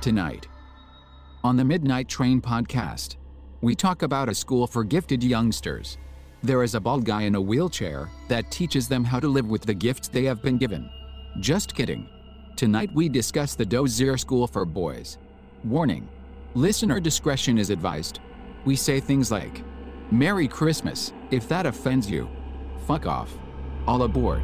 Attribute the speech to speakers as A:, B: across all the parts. A: Tonight, on the Midnight Train podcast, we talk about a school for gifted youngsters. There is a bald guy in a wheelchair that teaches them how to live with the gifts they have been given. Just kidding. Tonight, we discuss the Dozier School for Boys. Warning Listener discretion is advised. We say things like, Merry Christmas, if that offends you. Fuck off. All aboard.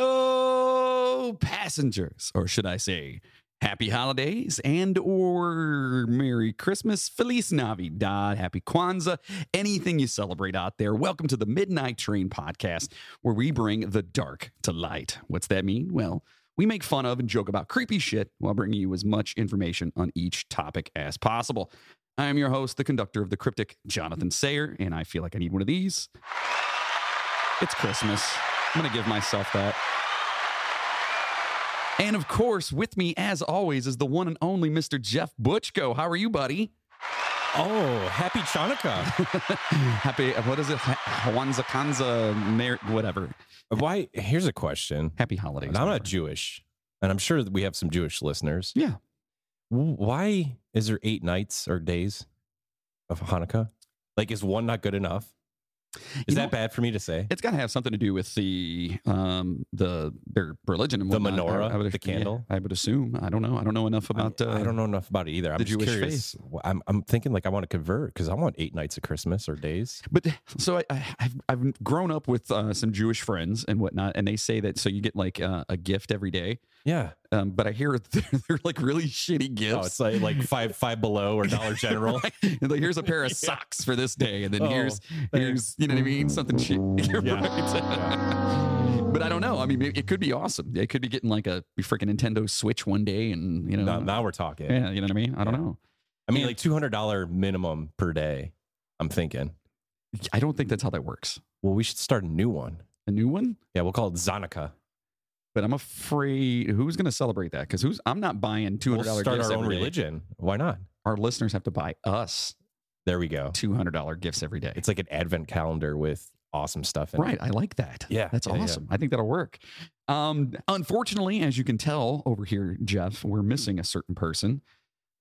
B: Hello, passengers, or should I say, happy holidays and or Merry Christmas, Feliz Navidad, Happy Kwanzaa, anything you celebrate out there. Welcome to the Midnight Train podcast, where we bring the dark to light. What's that mean? Well, we make fun of and joke about creepy shit while bringing you as much information on each topic as possible. I am your host, the conductor of the cryptic, Jonathan Sayer, and I feel like I need one of these. It's Christmas. I'm going to give myself that. And of course, with me, as always, is the one and only Mr. Jeff Butchko. How are you, buddy?
C: Oh, happy Chanukah.
B: Happy, what is it? Hawanza Kanza, mer- whatever.
C: Why? Here's a question.
B: Happy holidays.
C: And I'm
B: whatever.
C: not Jewish, and I'm sure that we have some Jewish listeners.
B: Yeah.
C: W- Why is there eight nights or days of Hanukkah? Like, is one not good enough? Is
B: You
C: that
B: know-
C: bad for me to say?
B: It's got to have something to do with the um the their religion and
C: The
B: whatnot.
C: menorah, the
B: yeah,
C: candle.
B: I would assume. I don't know. I don't know enough about.
C: I,
B: uh,
C: I don't know enough about it either. I'm
B: the
C: just
B: Jewish
C: curious. Wh- I'm, I'm thinking like I want to convert because I want eight nights of Christmas or days.
B: But so I, I, I've I've grown up with uh, some Jewish friends and whatnot, and they say that so you get like uh, a gift every day.
C: Yeah.
B: Um, but I hear they're, they're like really shitty
C: Oh,
B: gifts.
C: it's like, like five five below or Dollar General.
B: Right? And like, here's a pair of
C: Yeah.
B: socks for this day, and then
C: Oh,
B: here's here's you know what I mean, something shit. You're
C: Yeah.
B: right. but I don't know. I mean, it it could be awesome. They could be getting like a freaking Nintendo Switch one day, and you know,
C: now, now we're talking.
B: yeah, you know what I mean. I don't
C: Yeah.
B: know.
C: I mean,
B: Yeah.
C: like two hundred dollar minimum per day. I'm thinking.
B: I don't think that's how that works.
C: Well, we should start a new one.
B: A new one,
C: Yeah, we'll call it Zanaka.
B: but I'm afraid who's going to celebrate that? Because who's I'm not buying two
C: We'll
B: hundred dollars.
C: start our own religion. Why not?
B: Our listeners have to buy us
C: There we go.
B: two hundred dollar gifts every day.
C: It's like an advent calendar with awesome stuff in it.
B: Right. I like that.
C: Yeah,
B: That's
C: yeah, yeah.
B: awesome. I think that'll work. Um, unfortunately, as you can tell over here, Jeff, we're missing a certain person.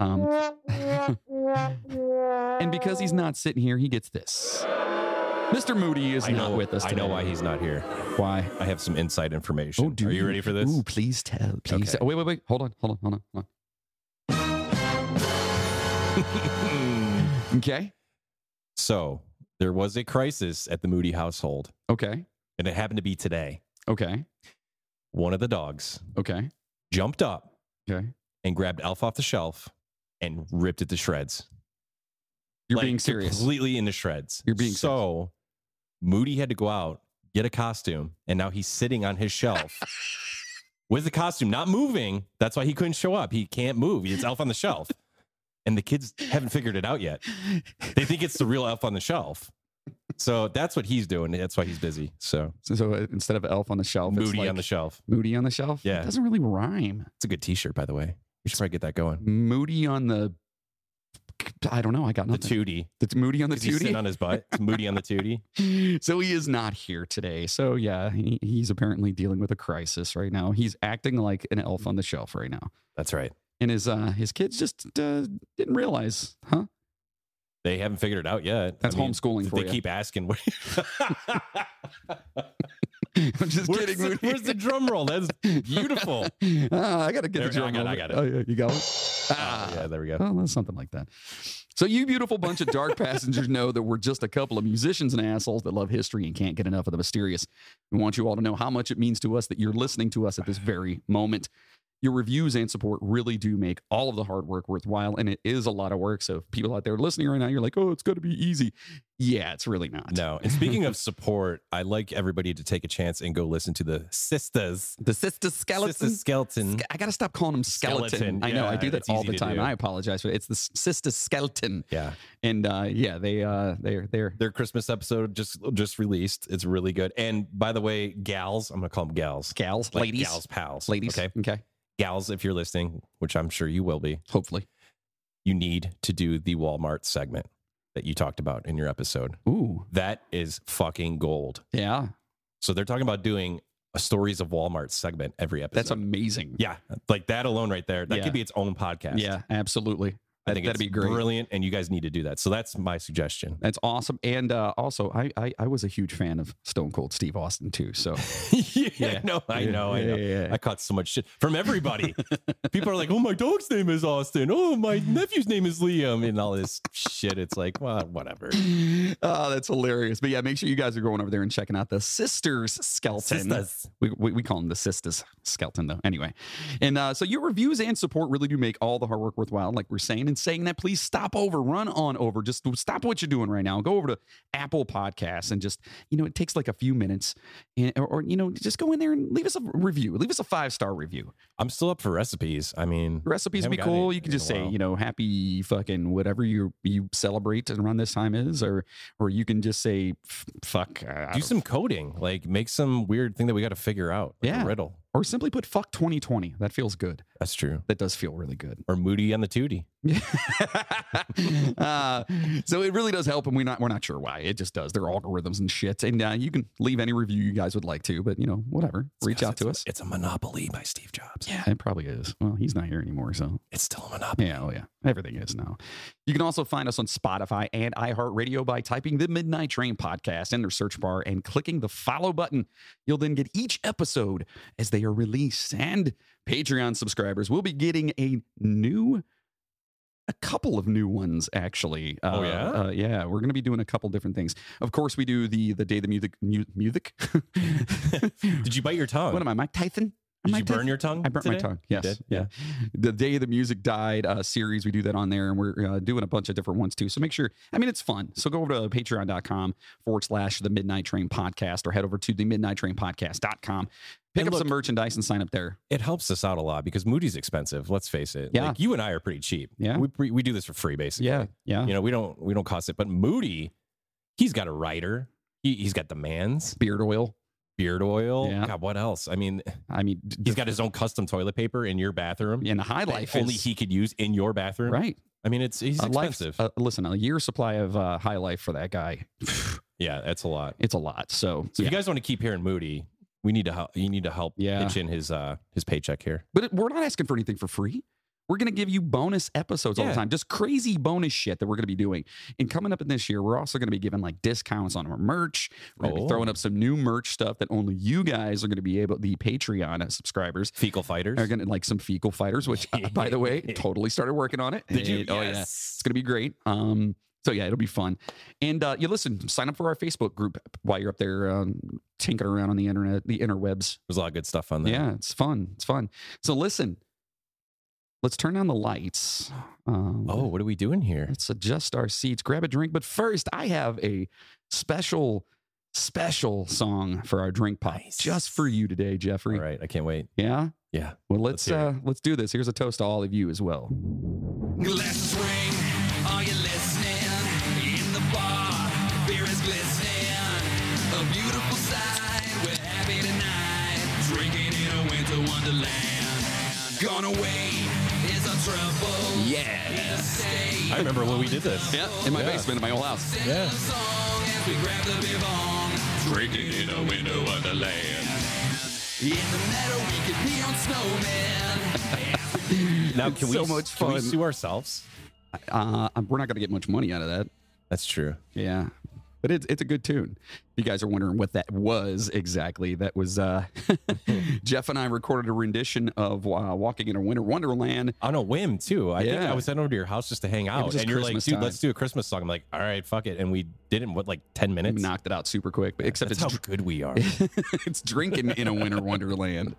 B: Um, and because he's not sitting here, he gets this. Mr. Moody is
C: I
B: not
C: know,
B: with us.
C: I know
B: today.
C: why he's not here.
B: Why?
C: I have some inside information.
B: Oh, do
C: Are you ready for this?
B: Ooh, please tell. Please.
C: Okay.
B: tell. wait, wait, wait. Hold on. Hold on. Hold on. Hold on. Okay.
C: so there was a crisis at the Moody household,
B: Okay.
C: and it happened to be today.
B: Okay.
C: One of the dogs
B: Okay.
C: jumped up
B: Okay.
C: and grabbed Elf off the shelf and ripped it to shreds.
B: You're
C: Like,
B: being serious.
C: Completely into shreds.
B: You're being
C: so Moody had to go out, get a costume, and now he's sitting on his shelf with the costume, not moving. That's why he couldn't show up. He can't move. It's Elf on the Shelf. And the kids haven't figured it out yet. They think it's the real Elf on the Shelf. So that's what he's doing. That's why he's busy. So
B: So, so uh, instead of elf on the shelf, it's
C: Moody
B: like
C: on the Shelf.
B: Moody on the shelf.
C: Yeah.
B: It doesn't really rhyme.
C: It's a good t shirt, by the way. We should probably get that going.
B: Moody on the. I don't know. I got
C: The
B: nothing.
C: 2D.
B: That's Moody on the
C: Because he's sitting
B: tootie.
C: on his butt. It's Moody on the 2D.
B: so he is not here today. So yeah, he, he's apparently dealing with a crisis right now. He's acting like an elf on the shelf right now,
C: That's right.
B: and his uh his kids just uh, didn't realize, huh?
C: They haven't figured it out yet.
B: That's
C: I mean,
B: homeschooling for
C: They
B: you.
C: keep asking. where-
B: I'm just
C: where's,
B: kidding.
C: the,
B: Moody.
C: where's the drum roll? That's beautiful.
B: Ah, I gotta get
C: There,
B: the drum.
C: I got it, I
B: roll.
C: got it.
B: Oh, yeah, you got it. Ah.
C: Oh, yeah, there we go.
B: Well, that's something like that. So, you beautiful bunch of dark passengers know that we're just a couple of musicians and assholes that love history and can't get enough of the mysterious. We want you all to know how much it means to us that you're listening to us at this very moment. Your reviews and support really do make all of the hard work worthwhile, and it is a lot of work. So, if people out there listening right now, you're like, oh, it's going to be easy. Yeah, it's really not.
C: No. And speaking of support, I like everybody to take a chance and go listen to the sisters.
B: the sister
C: Sister
B: skeleton.
C: skeleton.
B: Ske- I gotta stop calling him skeleton.
C: Skeleton,
B: I know I
C: yeah,
B: do that
C: it's
B: all
C: easy
B: the
C: to
B: time.
C: do.
B: I apologize for it. It's the s- sister skeleton,
C: Yeah.
B: and uh, yeah, they uh, they're they're
C: Their Christmas episode just just released. It's really good. And by the way, gals, I'm gonna call them gals.
B: gals,
C: Like
B: ladies,
C: gals, pals,
B: ladies.
C: Okay,
B: okay,
C: gals, if you're listening, which I'm sure you will be,
B: hopefully.
C: you need to do the Walmart segment that you talked about in your episode.
B: Ooh,
C: That is fucking gold.
B: yeah,
C: So they're talking about doing a stories of Walmart segment every episode.
B: that's amazing.
C: yeah, like that alone, right there. That
B: Yeah.
C: could be its own podcast.
B: yeah, absolutely.
C: I
B: That-
C: think
B: that'd
C: that'd
B: be great.
C: brilliant, and you guys need to do that. So that's my suggestion.
B: That's awesome. And uh, also, I, I I was a huge fan of Stone Cold Steve Austin too. So
C: yeah,
B: Yeah.
C: no, I know, I
B: Yeah,
C: know.
B: yeah, yeah.
C: I caught so much shit from everybody. People are like, "Oh, my dog's name is Austin. Oh, my nephew's name is Liam," and all this shit. It's like, well, whatever.
B: oh, that's hilarious. But yeah, make sure you guys are going over there and checking out the sisters skeleton.
C: Sisters.
B: We, we, we call them the sisters skeleton though. Anyway, and uh, so your reviews and support really do make all the hard work worthwhile. Like we're saying and saying that, please stop over, run on over, just stop what you're doing right now. Go over to Apple Podcasts and just you know it takes like a few minutes, and, or, or you know just go in there and leave us a review, leave us a five star review.
C: I'm still up for recipes. I mean,
B: recipes would
C: Haven't
B: be
C: gotten
B: cool.
C: any
B: You could
C: in a
B: just say,
C: while.
B: you know, happy fucking whatever you you celebrate around this time is, or or you can just say f- fuck, uh, I
C: do
B: don't-
C: some coding. Like, make some weird thing that we got to figure out. Like
B: Yeah.
C: a riddle.
B: or simply put fuck 2020. That feels good.
C: That's true.
B: That does feel really good.
C: Or Moody on the Tootie.
B: uh, so it really does help, and we're not we're not sure why. It just does. Their algorithms and shit. And uh, you can leave any review you guys would like to, but you know whatever. Reach out to us.
C: It's a monopoly by Steve Jobs.
B: Yeah, it probably is. Well, he's not here anymore, so
C: It's still a monopoly.
B: Yeah, oh yeah. Everything is now. You can also find us on Spotify and iHeartRadio by typing the Midnight Train podcast in their search bar and clicking the follow button. You'll then get each episode as they are released. And Patreon subscribers will be getting a new a couple of new ones actually.
C: Oh,
B: Uh,
C: yeah?
B: uh, yeah. We're gonna be doing a couple different things. Of course, we do the the day the music mu- music.
C: Did you bite your tongue?
B: what am I, Mike Tyson? Am
C: Did
B: I
C: you burn
B: Tyson?
C: your tongue?
B: I burnt my
C: today?
B: tongue. Yes.
C: did?
B: Yeah. The day the music died uh, series, we do that on there, and we're uh, doing a bunch of different ones too. So make sure. I mean, it's fun. So go over to patreon.com forward slash the Midnight Train Podcast, or head over to the Midnight Train Podcast.com. Pick
C: And
B: up some
C: look-
B: merchandise and sign up there.
C: It helps us out a lot because Moody's expensive. Let's face it.
B: Yeah.
C: Like, you and I are pretty cheap.
B: Yeah.
C: We, we, we do this for free, basically.
B: yeah.
C: You know, we don't we don't cost it. But Moody, he's got a writer. He, he's got demands,
B: Beard oil.
C: beard oil.
B: Yeah.
C: God, what else? I mean,
B: I mean, d-
C: he's got his own custom toilet paper in your bathroom.
B: in the high
C: that
B: life
C: only
B: is-
C: he could use in your bathroom.
B: right.
C: I mean, it's he's
B: A life-
C: expensive.
B: uh, listen, a year's supply of uh, high life for that guy.
C: yeah, that's a lot.
B: It's a lot. So,
C: So
B: yeah.
C: if you guys want to keep hearing Moody, we need to help. You need to help
B: Yeah.
C: pitch in his uh his paycheck here.
B: But it- we're not asking for anything for free. We're going to give you bonus episodes all the
C: Yeah.
B: time, just crazy bonus shit that we're going to be doing. And coming up in this year, we're also going to be giving like discounts on our merch. We're going to
C: Oh.
B: be throwing up some new merch stuff that only you guys are going to be able, the Patreon subscribers
C: Fecal fighters.
B: are going to like some fecal fighters, which uh, by the way, totally started working on it.
C: Did you?
B: It- Oh yeah,
C: Yes.
B: it's going to be great. Um, so yeah, it'll be fun. And uh, you listen, sign up for our Facebook group while you're up there um, tinkering around on the internet, the interwebs.
C: There's a lot of good stuff on there.
B: Yeah, it's fun. It's fun. So listen, let's turn down the lights. Um,
C: Oh, what are we doing here?
B: let's adjust our seats, grab a drink. But first, I have a special, special song for our drink pop
C: Nice.
B: just for you today,
C: All
B: Jeffrey.
C: right, I can't wait.
B: Yeah.
C: Yeah.
B: Well, let's
C: Let's hear
B: uh, let's do this. Here's a toast to all of you as well.
D: Glasses ring, are you listening? In the bar, beer is glistening. A beautiful sight, we're happy tonight. Drinking in a winter wonderland. Gone away is our trouble.
B: Yes.
D: Stay
C: I remember when we did this.
B: Yeah. In my
C: Yeah.
B: basement, in my old house.
C: Yeah.
D: the song as we grab the beer bong. Drinking in a winter wonderland. In the meadow, we could be on snowmen.
C: Now can we
B: so much
C: Can we
B: fun.
C: sue ourselves?
B: Uh, we're not gonna get much money out of that.
C: That's true.
B: Yeah. But it's it's a good tune. If you guys are wondering what that was exactly, that was uh, Jeff and I recorded a rendition of uh, "Walking in a Winter Wonderland."
C: On a whim too. I think
B: Yeah.
C: I was heading over to your house just to hang out,
B: was just
C: and you're
B: Christmas
C: like, "Dude,
B: time.
C: let's do a Christmas song." I'm like, "All right, fuck it," and we did it in what like ten
B: We
C: minutes.
B: knocked it out super quick, but except
C: That's
B: it's
C: how
B: dr-
C: good we are.
B: it's drinking in a winter wonderland.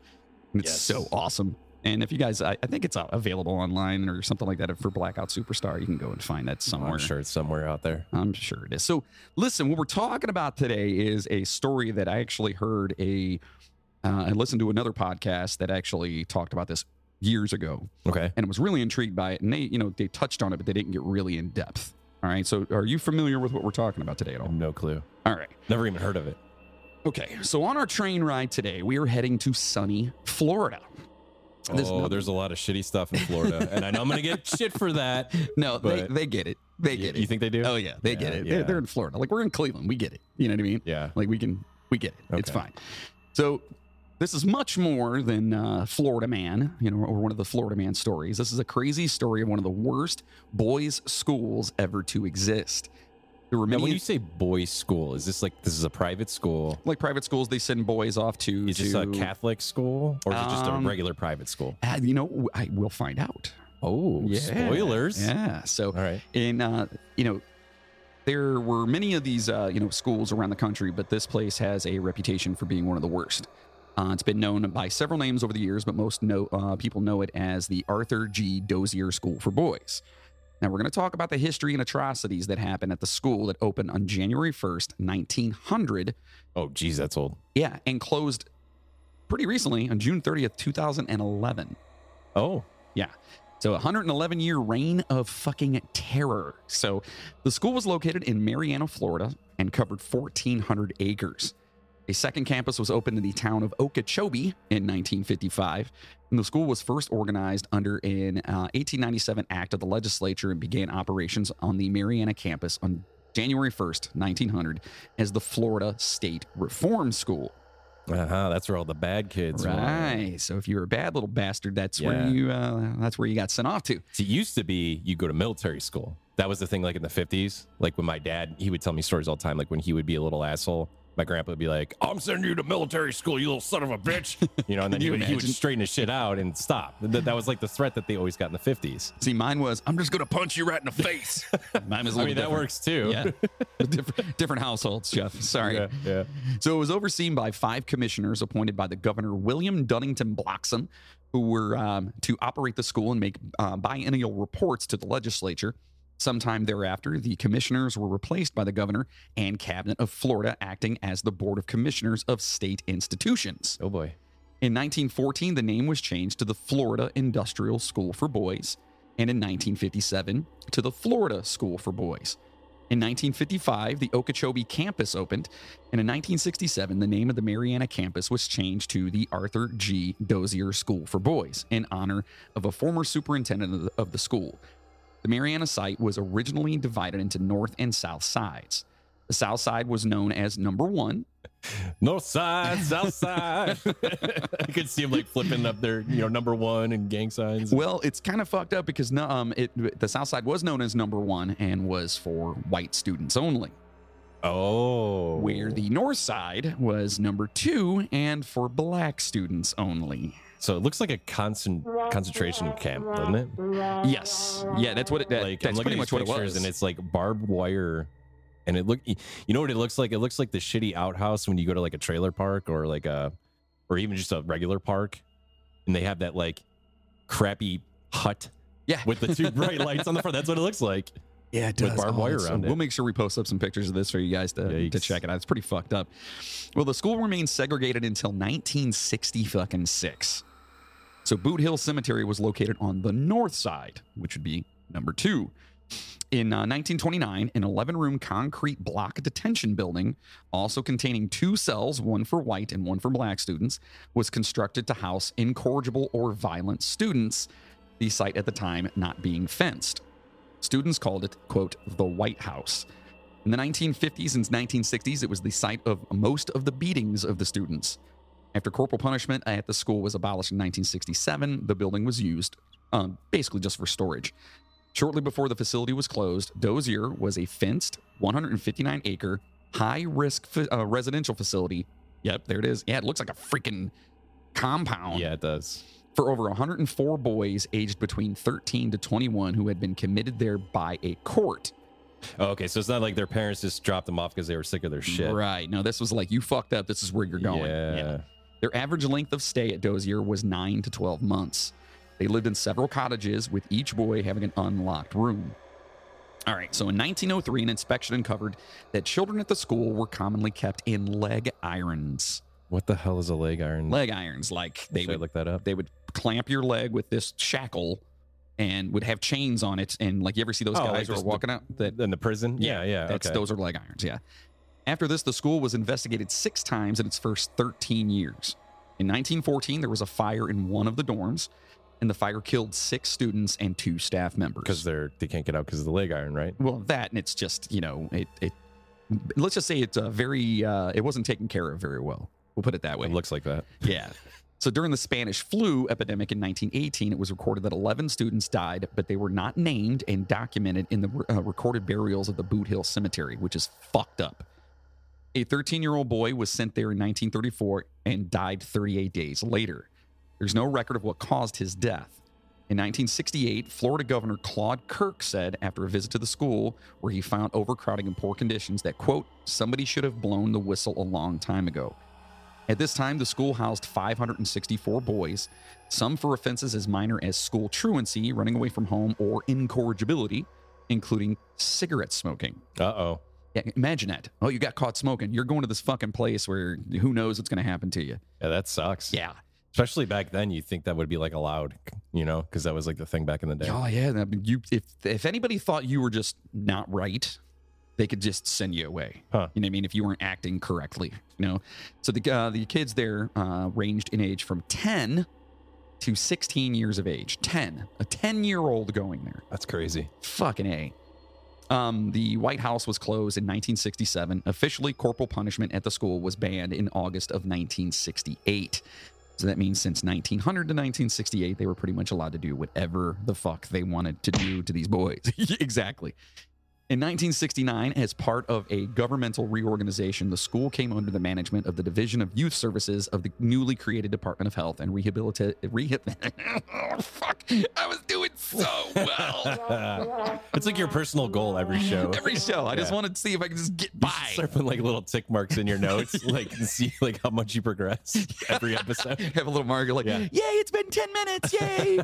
B: And it's
C: Yes.
B: so awesome. And if you guys, I, I think it's uh, available online or something like that for Blackout Superstar. You can go and find that somewhere.
C: I'm sure it's somewhere out there.
B: I'm sure it is. So, listen, what we're talking about today is a story that I actually heard a uh, I listened to another podcast that actually talked about this years ago,
C: Okay.
B: and was really intrigued by it. And they, you know, they touched on it, but they didn't get really in depth. All right. So, are you familiar with what we're talking about today at
C: I have
B: all?
C: no clue.
B: All right.
C: Never even heard of it.
B: Okay. So, on our train ride today, we are heading to sunny Florida. There's
C: oh,
B: nothing-
C: there's a lot of shitty stuff in Florida, and I know I'm gonna get shit for that.
B: No, they,
C: But-
B: they get it. They
C: You,
B: get
C: you
B: it.
C: think they do?
B: Oh yeah, they get
C: Yeah,
B: it. They're,
C: yeah.
B: they're in Florida. Like we're in Cleveland. We get it. You know what I mean?
C: yeah.
B: Like we can, we get it. It's
C: Okay.
B: fine. So this is much more than uh, Florida Man, you know, or one of the Florida Man stories. This is a crazy story of one of the worst boys' schools ever to exist. There were
C: Now,
B: many,
C: when you say boys' school, is this like this is a private school?
B: like private schools, they send boys off to.
C: Is this
B: to
C: a Catholic school or is it just
B: Um,
C: a regular private school?
B: Ah, you know, I will find out.
C: Oh, spoilers!
B: Yeah. So
C: All right.
B: in uh, you know there were many of these uh, you know schools around the country but this place has a reputation for being one of the worst uh, it's been known by several names over the years but most know, uh, people know it as the arthur g dozier school for boys now we're going to talk about the history and atrocities that happened at the school that opened on january 1st 1900
C: Oh, geez, that's old.
B: yeah and closed pretty recently on june 30th 2011
C: Oh,
B: so 111 year reign of fucking terror. So the school was located in Marianna, Florida, and covered 1,400 acres. A second campus was opened in the town of Okeechobee in 1955, and the school was first organized under an uh, 1897 act of the legislature and began operations on the Marianna campus on January 1st, 1900, as the Florida State Reform School.
C: uh-huh, that's where all the bad kids were.
B: right. So if you were a bad little bastard, that's
C: Yeah.
B: where you uh, that's where you got sent off to.
C: See, It used to be you go to military school. That was the thing, like in the 50s. Like when my dad, he would tell me stories all the time. Like when he would be a little asshole, my grandpa would be like, I'm sending you to military school, you little son of a bitch. You know, and
B: Can
C: then he
B: you
C: would, he would
B: imagine?
C: straighten his shit out and stop. That, that was like the threat that they always got in the 50s.
B: See, mine was I'm just gonna punch you right in the face. mine was a
C: I
B: little
C: mean, that
B: different.
C: works too.
B: Yeah, different, different households, Jeff. Sorry.
C: yeah, yeah.
B: So it was overseen by five commissioners appointed by the governor William Dunnington Bloxam, who were um, to operate the school and make uh, biennial reports to the legislature. Sometime thereafter, the commissioners were replaced by the governor and cabinet of Florida, acting as the board of commissioners of state institutions.
C: Oh boy.
B: In 1914, the name was changed to the Florida Industrial School for Boys, and in 1957 to the Florida School for Boys. In 1955, the Okeechobee campus opened, and in 1967, the name of the Mariana campus was changed to the Arthur G. Dozier School for Boys in honor of a former superintendent of the, of the school. The Mariana site was originally divided into north and south sides. The south side was known as number one,
C: North side, south side. I could see him like flipping up their, you know, number one and gang signs.
B: Well, it's kind of fucked up because no, um, it, the South Side was known as number one and was for white students only,
C: oh.
B: where the North Side was number two and for black students only.
C: So it looks like a concent- concentration camp, doesn't it?
B: Yes, yeah, that's what it. That,
C: like I'm
B: that's
C: looking
B: pretty
C: at
B: much
C: these
B: what it
C: pictures
B: was.
C: and it's like barbed wire and it look you know what it looks like it looks like the shitty outhouse when you go to like a trailer park or like a or even just a regular park and they have that like crappy hut
B: yeah,
C: with the two bright lights on the front that's what it looks like
B: Yeah, it Oh,
C: with barbed wire
B: it's-
C: around it.
B: We'll make sure we post up some pictures of this for you guys to, to
C: Yikes.
B: check it out. It's pretty fucked up. Well, the school remained segregated until 1960 fucking six. So Boot Hill Cemetery was located on the north side, which would be number two. In uh, 1929, an 11 room concrete block detention building, also containing two cells, one for white and one for black students, was constructed to house incorrigible or violent students, the site at the time not being fenced. Students called it, quote, the White House. In the 1950s and 1960s, it was the site of most of the beatings of the students. After corporal punishment at the school was abolished in 1967, the building was used um, basically just for storage. Shortly before the facility was closed, Dozier was a fenced 159 acre high risk fa- uh, residential facility. Yep, there it is. Yeah, it looks like a freaking compound
C: yeah it does
B: for over 104 boys aged between 13 to 21 who had been committed there by a court.
C: oh, okay so it's not like their parents just dropped them off because they were sick of their shit
B: Right. No, this was like, you fucked up. This is where you're going.
C: yeah
B: Their average length of stay at Dozier was 9 to 12 months. They lived in several cottages, with each boy having an unlocked room. All right, so in 1903, an inspection uncovered that children at the school were commonly kept in leg irons.
C: What the hell is a leg iron?
B: Leg irons, like they
C: Should I
B: would
C: look that up?
B: they would clamp your leg with this shackle and would have chains on it. And like you ever see those
C: Oh, like
B: guys who are
C: just the-
B: walking out? That
C: In the prison? Yeah, yeah.
B: that's
C: okay.
B: those are leg irons. Yeah. After this, the school was investigated six times in its first 13 years. In 1914, there was a fire in one of the dorms, and the fire killed six students and two staff members.
C: because they're they can't get out because of the leg iron, right?
B: well, that and it's just you know it. it let's just say it's a very uh, it wasn't taken care of very well. We'll put it that way.
C: It looks like that.
B: Yeah. So during the Spanish flu epidemic in 1918, it was recorded that 11 students died, but they were not named and documented in the uh, recorded burials of the Boot Hill Cemetery, which is fucked up. A 13 year old boy was sent there in 1934 and died 38 days later. There's no record of what caused his death. In 1968, Florida Governor Claude Kirk said after a visit to the school where he found overcrowding and poor conditions that, quote, somebody should have blown the whistle a long time ago. At this time, the school housed 564 boys, some for offenses as minor as school truancy, running away from home, or incorrigibility, including cigarette smoking.
C: Uh oh.
B: Yeah, imagine that. Oh, you got caught smoking. You're going to this fucking place where who knows what's going to happen to you.
C: Yeah, that sucks.
B: Yeah.
C: Especially back then, you think that would be like allowed, you know, because that was like the thing back in the day.
B: Oh yeah. I mean, You if if anybody thought you were just not right, they could just send you away.
C: Huh.
B: You know what I mean? If you weren't acting correctly, you know. So the uh, the kids there uh, ranged in age from ten to sixteen years of age. Ten, a ten year old going there.
C: That's crazy.
B: Fucking A. Um, the White House was closed in 1967. Officially, corporal punishment at the school was banned in August of 1968. So that means since 1900 to 1968, they were pretty much allowed to do whatever the fuck they wanted to do to these boys. exactly. In 1969, as part of a governmental reorganization, the school came under the management of the Division of Youth Services of the newly created Department of Health and Rehabilitation. oh, fuck. I was doing so well.
C: it's like your personal goal every show.
B: Every show. I just
C: Yeah.
B: wanted to see if I could just get
C: You
B: by.
C: should Start putting like little tick marks in your notes, like and see like how much you progress every episode.
B: Have a little marker like,
C: Yeah.
B: yay, it's been 10 minutes. Yay.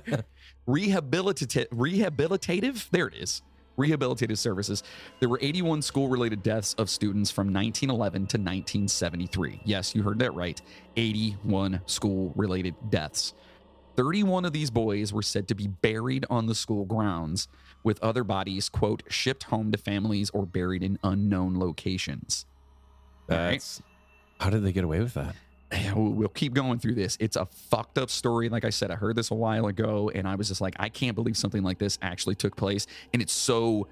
B: rehabilitative, rehabilitative. There it is. Rehabilitative services. There were 81 school related deaths of students from 1911 to 1973. Yes, you heard that right. 81 school related deaths. 31 of these boys were said to be buried on the school grounds, with other bodies, quote, shipped home to families or buried in unknown locations. All right.
C: That's how did they get away with that?
B: Yeah, we'll we'll keep going through this. It's a fucked up story. Like I said, I heard this a while ago, and I was just like, I can't believe something like this actually took place. And it's so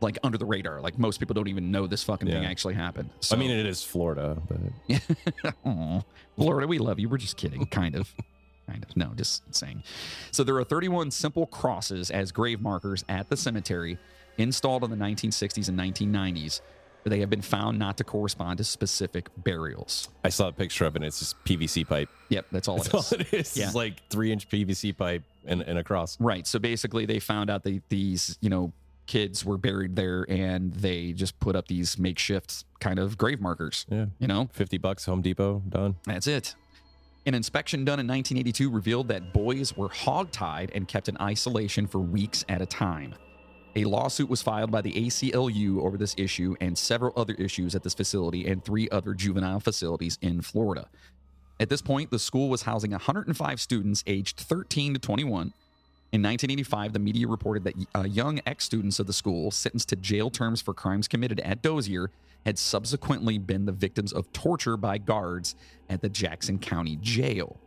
B: like under the radar. Like most people don't even know this fucking thing
C: Yeah.
B: actually happened. So,
C: I mean, it is Florida, but
B: Aw, Florida, we love you. We're just kidding, kind of. Kind of. No, just saying. So there are 31 simple crosses as grave markers at the cemetery installed in the 1960s and 1990s, but they have been found not to correspond to specific burials.
C: I saw a picture of it. and It's just PVC pipe.
B: Yep, that's all
C: That's
B: it is.
C: all it is.
B: Yeah.
C: It's like three inch PVC pipe and, and across.
B: Right. So basically, they found out that these, you know, kids were buried there and they just put up these makeshift kind of grave markers,
C: Yeah.
B: you know?
C: 50 bucks, Home Depot, done.
B: That's it. An inspection done in 1982 revealed that boys were hogtied and kept in isolation for weeks at a time. A lawsuit was filed by the ACLU over this issue and several other issues at this facility and three other juvenile facilities in Florida. At this point, the school was housing 105 students aged 13 to 21. In 1985, the media reported that uh, young ex students of the school sentenced to jail terms for crimes committed at Dozier had subsequently been the victims of torture by guards at the Jackson County Jail.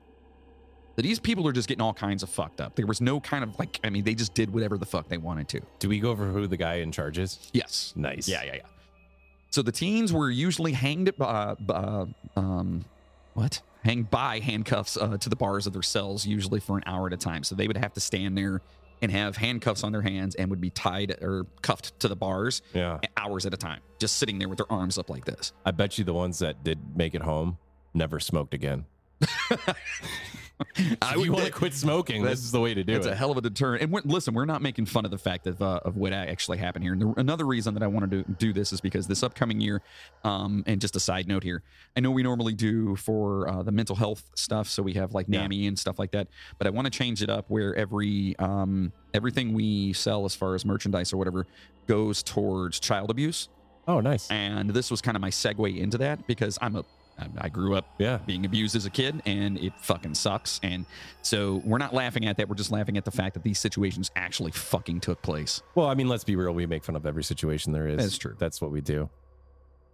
B: So These people are just getting all kinds of fucked up. There was no kind of like, I mean, they just did whatever the fuck they wanted to.
C: Do we go over who the guy in charge is?
B: Yes.
C: Nice.
B: Yeah, yeah, yeah. So the teens were usually hanged at, uh, b- uh, um, what? Hanged by handcuffs uh, to the bars of their cells, usually for an hour at a time. So they would have to stand there and have handcuffs on their hands and would be tied or cuffed to the bars
C: Yeah.
B: hours at a time, just sitting there with their arms up like this.
C: I bet you the ones that did make it home never smoked again.
B: I
C: If you
B: would-
C: want to quit smoking, this
B: That's-
C: is the way to do
B: it's a
C: it.
B: hell of a deterrent. And we're, listen, we're not making fun of the fact of, uh, of what actually happened here. And the, another reason that I want to do, do this is because this upcoming year, um, and just a side note here, I know we normally do for uh, the mental health stuff, so we have like
C: Yeah.
B: NAMI and stuff like that. But I want to change it up where every um, everything we sell as far as merchandise or whatever goes towards child abuse.
C: oh, nice.
B: And this was kind of my segue into that because I'm a I- I grew up
C: Yeah.
B: being abused as a kid and it fucking sucks and so we're not laughing at that we're just laughing at the fact that these situations actually fucking took place
C: Well, I mean, let's be real. We make fun of every situation there is.
B: That's true.
C: That's what we do.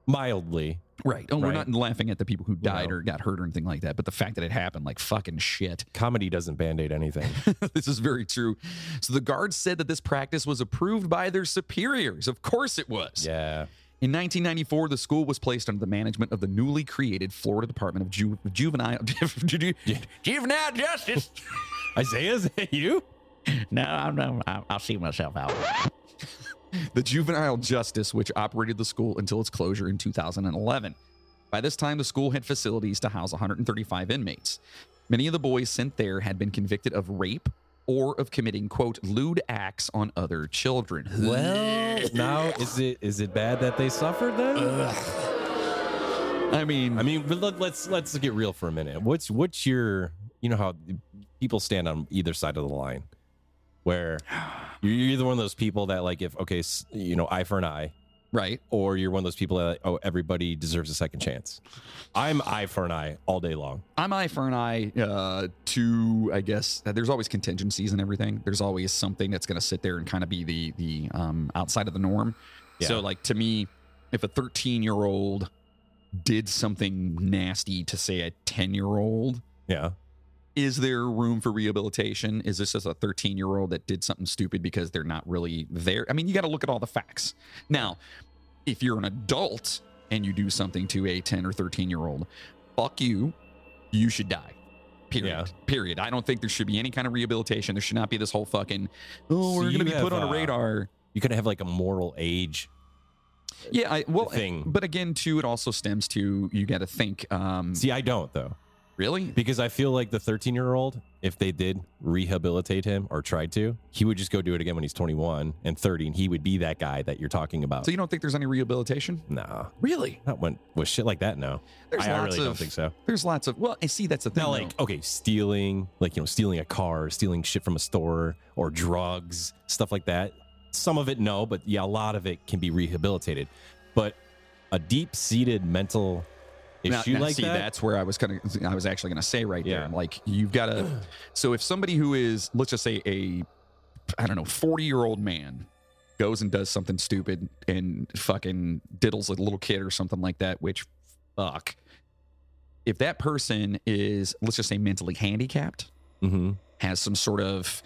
C: Mildly.
B: right oh we're
C: Right.
B: not laughing at the people who died
C: No.
B: or got hurt or anything like that but the fact that it happened like fucking shit
C: Comedy doesn't band aid anything.
B: this is very true so the guards said that this practice was approved by their superiors of course it was
C: yeah.
B: In 1994, the school was placed under the management of the newly created Florida Department of Ju- Juvenile Ju- Juvenile Justice.
C: Isaiah, is that you?
B: No, I'm not. I'll, I'll see myself out. the Juvenile Justice, which operated the school until its closure in 2011. By this time, the school had facilities to house 135 inmates. Many of the boys sent there had been convicted of rape or of committing, quote, lewd acts on other children.
C: Well, now is it is it bad that they suffered then?
B: I mean,
C: I mean, but let, let's let's get real for a minute. What's what's your you know how people stand on either side of the line, where you're you're either one of those people that like if okay s- you know eye for an eye,
B: right.
C: or you're one of those people that like, oh everybody deserves a second chance. I'm eye for an eye all day long.
B: I'm eye for an eye uh, to, I guess. uh, There's always contingencies and everything. There's always something that's going to sit there and kind of be the the um, outside of the norm. So,
C: Yeah.
B: like to me, if a 13 year old did something nasty to say a 10 year old,
C: Yeah,
B: is there room for rehabilitation? Is this just a 13 year old that did something stupid because they're not really there? I mean, you got to look at all the facts. Now, if you're an adult and you do something to a 10 or 13 year old, fuck you. You should die. Period.
C: Yeah.
B: Period. I don't think there should be any kind of rehabilitation. There should not be this whole fucking, oh, we're
C: So
B: going to
C: you
B: be put on
C: have,
B: a
C: uh,
B: radar.
C: you could have like a moral age
B: Yeah. I, well, eh,
C: thing.
B: but again, too, it also stems to you got to think, um,
C: See, I don't though
B: really?
C: because I feel like the 13 year old, if they did rehabilitate him or tried to, he would just go do it again when he's 21 and 30, and he would be that guy that you're talking about.
B: So you don't think there's any rehabilitation?
C: nah.
B: Really?
C: Not when with shit like that. No,
B: There's
C: I, I
B: lots
C: really
B: of
C: don't think so.
B: There's lots of well, I see that's the thing.
C: Now,
B: though.
C: like okay, stealing, like you know, stealing a car, stealing shit from a store, or drugs, stuff like that. Some of it, no, but yeah, a lot of it can be rehabilitated. But a deep-seated mental
B: Now-
C: issue
B: now,
C: like
B: see,
C: that,
B: that's where I was kind of I was actually gonna say right
C: Yeah.
B: there. Like you've got to. so if somebody who is let's just say a I don't know forty year old man goes and does something stupid and fucking diddles a little kid or something like that, which fuck. If that person is let's just say mentally handicapped,
C: hmm
B: has some sort of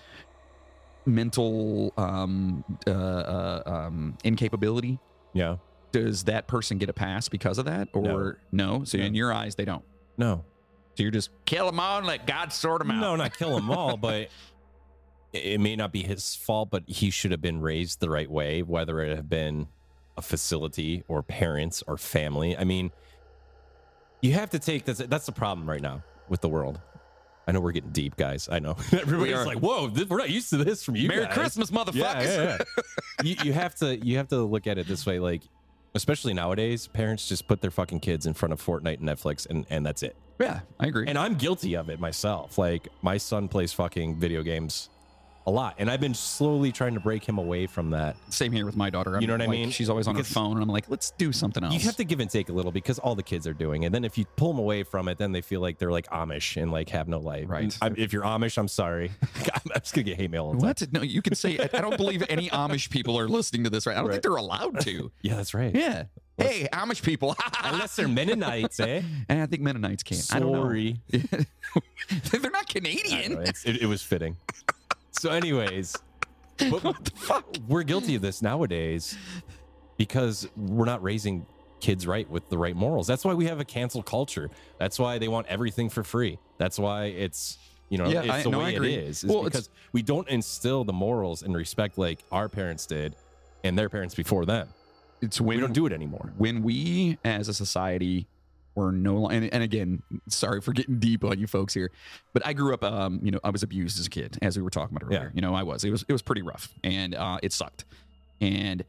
B: mental um, uh, uh, um, incapability.
C: yeah,
B: Does that person get a pass because of that, or no? So
C: No.
B: in your eyes, they don't.
C: no,
B: So you're just kill them all and let God sort them out.
C: no, not kill them all, but it- it may not be his fault. But he should have been raised the right way, whether it have been a facility or parents or family. I mean, you have to take this. That's the problem right now with the world. I know we're getting deep, guys. I know everybody's
B: are.
C: like, "Whoa, this, we're not used to this from you."
B: Merry
C: guys."
B: Christmas, motherfuckers.
C: Yeah, yeah, yeah. you, you have to you have to look at it this way, like especially nowadays, parents just put their fucking kids in front of Fortnite and Netflix, and and that's it.
B: Yeah, I agree.
C: And I'm guilty of it myself. Like my son plays fucking video games a lot, and I've been slowly trying to break him away from that.
B: Same here with my daughter.
C: You know what I
B: like,
C: mean?
B: She's always on her
C: Because-
B: phone, and I'm like, let's do something else.
C: You have to give and take a little because all the kids are doing, it. and then if you pull them away from it, then they feel like they're like Amish and like have no life.
B: Right.
C: I'm, if you're Amish, I'm sorry. I'm just gonna get hate mail. all the time.
B: what? No, you can say. I I don't believe any Amish people are listening to this right. I don't think
C: Right.
B: they're allowed to.
C: Yeah, that's right.
B: Yeah. Hey, Amish people.
C: Unless they're Mennonites, eh?
B: and I think Mennonites can. not I don't know.
C: Sorry.
B: They're not
C: I know,
B: Canadian.
C: it's- it, it was fitting. So, anyways, but
B: What the fuck?
C: we're guilty of this nowadays because we're not raising kids right with the right morals. That's why we have a cancel culture. That's why they want everything for free. That's why it's you know
B: Yeah,
C: it's
B: I-
C: the
B: no, I
C: way it
B: agree.
C: is. is
B: Well, it's-
C: because we don't instill the morals and respect like our parents did and their parents before them.
B: It's when
C: We don't do it anymore.
B: when we as a society We're no longer, and, and again, sorry for getting deep on you folks here, but I grew up, um, you know, I was abused as a kid, as we were talking about
C: Yeah.
B: earlier. You know, I was, it was, it was pretty rough and uh, it sucked. And,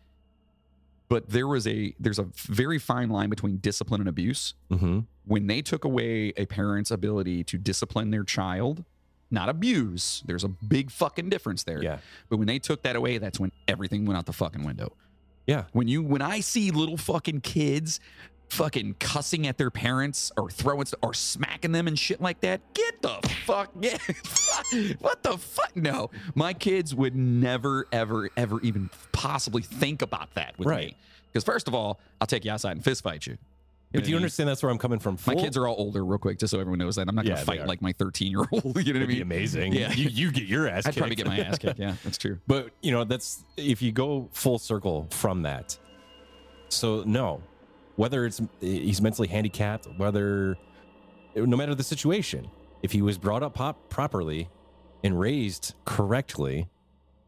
B: but there was a, there's a very fine line between discipline and abuse
C: Mm-hmm.
B: when they took away a parent's ability to discipline their child, not abuse, there's a big fucking difference there.
C: Yeah.
B: But when they took that away, that's when everything went out the fucking window.
C: Yeah.
B: When you when I see little fucking kids fucking cussing at their parents or throwing st- or smacking them and shit like that, get the fuck yeah. what the fuck? No. My kids would never ever ever even possibly think about that with
C: Right.
B: me. Because first of all, I'll take you outside and fist fight you.
C: But do you
B: understand?
C: understand that's where I'm coming from?
B: My kids are all older, real quick, just so everyone knows that. I'm not
C: Yeah,
B: gonna
C: they
B: fight
C: are.
B: like my 13 year old. You know what I
C: It'd be
B: mean?
C: amazing.
B: Yeah.
C: You, you get your ass
B: I'd
C: kicked.
B: probably get my ass kicked. Yeah, that's true.
C: But you know, that's if you go full circle from that. So no, whether it's he's mentally handicapped, whether no matter the situation, if he was brought up pop properly and raised correctly,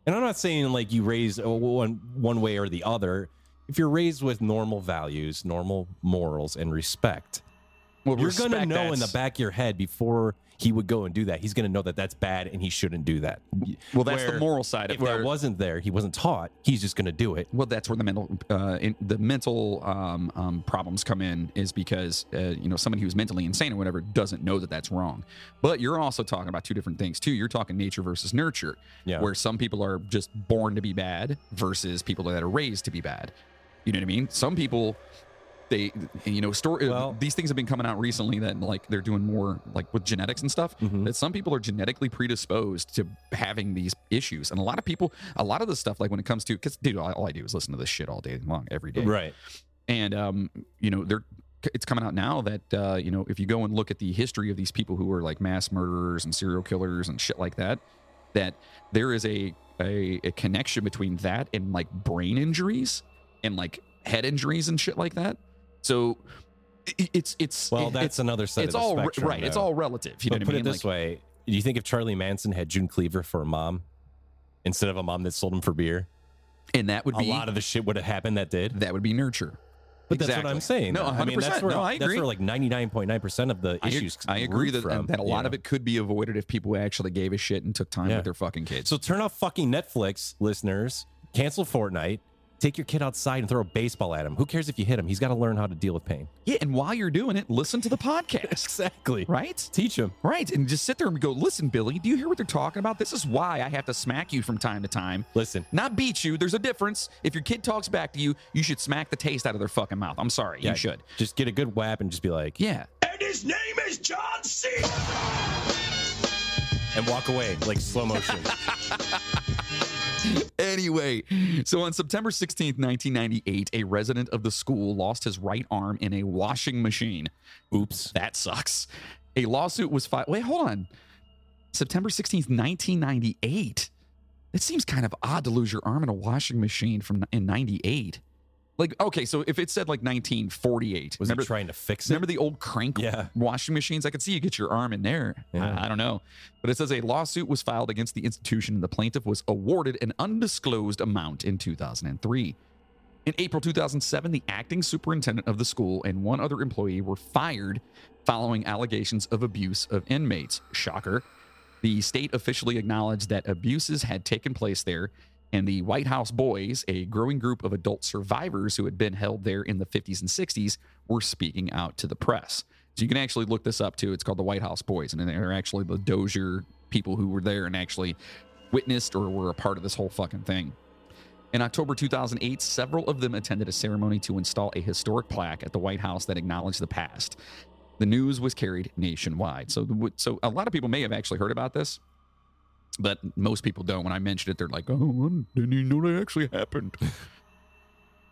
C: and I'm not saying like you raised one one way or the other. If you're raised with normal values, normal morals, and respect,
B: Well,
C: you're going to
B: respect,
C: know in the
B: that's-
C: back of your head before he would go and do that. He's going to know that that's bad and he shouldn't do that.
B: Well, that's the
C: where-
B: moral side of
C: If that
B: where.
C: wasn't there, he wasn't taught. He's just going to do it.
B: Well, that's where the mental, uh, in, the mental um, um, problems come in, is because uh, you know someone who's mentally insane or whatever doesn't know that that's wrong. But you're also talking about two different things too. You're talking nature versus nurture,
C: Yeah.
B: where some people are just born to be bad versus people that are raised to be bad. You know what I mean? Some people, they, you know, story.
C: Well-
B: these things have been coming out recently that like they're doing more like with genetics and stuff.
C: Mhm.
B: That some people are genetically predisposed to having these issues, and a lot of people, a lot of the stuff like when it comes to, because dude, all, all I do is listen to this shit all day long, every day,
C: Right.
B: and um, you know, they're it's coming out now that uh, you know if you go and look at the history of these people who are like mass murderers and serial killers and shit like that, that there is a a, a connection between that and like brain injuries and like head injuries and shit like that. So i- it's it's
C: Well, that's
B: it's,
C: another side
B: it's
C: of the
B: all re-
C: spectrum,
B: right. It's
C: though.
B: all relative. You
C: But
B: know
C: put
B: what I mean?
C: it this way: Do you think if Charlie Manson had June Cleaver for a mom instead of a mom that sold him for beer,
B: and that would
C: a
B: be
C: lot of the shit would have happened that did?
B: that would be nurture.
C: But that's what I'm saying.
B: No,
C: though. I
B: 100.
C: mean, that's
B: percent
C: where,
B: No, I agree.
C: That's where like 99.9% of the
B: I, ag-
C: issues
B: I agree
C: root
B: that,
C: from,
B: that a
C: you
B: lot
C: know?
B: of it could be avoided if people actually gave a shit and took time
C: Yeah.
B: with their fucking kids.
C: So turn off fucking Netflix, listeners. Cancel Fortnite. Take your kid outside and throw a baseball at him. Who cares if you hit him? He's got to learn how to deal with pain.
B: yeah, and while you're doing it, listen to the podcast.
C: Exactly.
B: right?
C: Teach him.
B: Right. And just sit there and go, listen, Billy, do you hear what they're talking about? This is why I have to smack you from time to time.
C: Listen,
B: Not beat you. There's a difference. If your kid talks back to you, you should smack the taste out of their fucking mouth. I'm sorry.
C: Yeah.
B: You should.
C: just get a good whap and just be like,
B: Yeah.
E: And his name is John C.
C: and walk away like slow motion.
B: Anyway, so on September 16th, 1998, a resident of the school lost his right arm in a washing machine. Oops. That sucks. A lawsuit was filed. Wait, hold on. September 16th, 1998. It seems kind of odd to lose your arm in a washing machine from in 98. Like, okay, so if it said like 1948,
C: Was
B: remember,
C: he trying to fix it?
B: remember the old crank
C: Yeah.
B: washing machines. I could see you get your arm in there. I-
C: Yeah.
B: I, don't know. But it says a lawsuit was filed against the institution and the plaintiff was awarded an undisclosed amount in 2003. In April 2007, the acting superintendent of the school and one other employee were fired following allegations of abuse of inmates. Shocker. The state officially acknowledged that abuses had taken place there, and the White House Boys, a growing group of adult survivors who had been held there in the 50s and 60s, were speaking out to the press. So you can actually look this up too. It's called the White House Boys, and they're actually the Dozier people who were there and actually witnessed or were a part of this whole fucking thing. In October 2008, several of them attended a ceremony to install a historic plaque at the White House that acknowledged the past. The news was carried nationwide. So, the- so a lot of people may have actually heard about this, but most people don't. When I mentioned it, they're like, "Oh, I didn't even know that actually happened."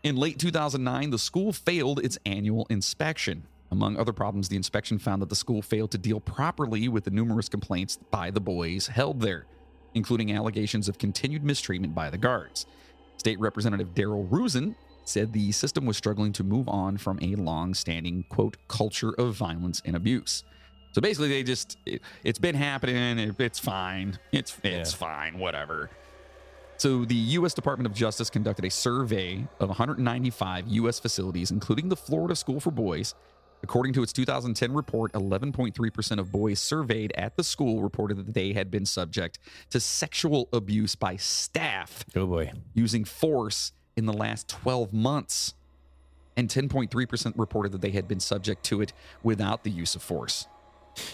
B: In late 2009, the school failed its annual inspection. Among other problems, the inspection found that the school failed to deal properly with the numerous complaints by the boys held there, including allegations of continued mistreatment by the guards. State Representative Daryl Rusin said the system was struggling to move on from a long-standing quote culture of violence and abuse. So basically, they just it, it's been happening. It, it's fine. It's it's
C: Yeah.
B: fine. Whatever. So, the U.S. Department of Justice conducted a survey of 195 U.S. facilities, including the Florida School for Boys, According to its 2010 report, 11.3% of boys surveyed at the school reported that they had been subject to sexual abuse by staff
C: Oh boy.
B: using force in the last 12 months. And 10.3% reported that they had been subject to it without the use of force.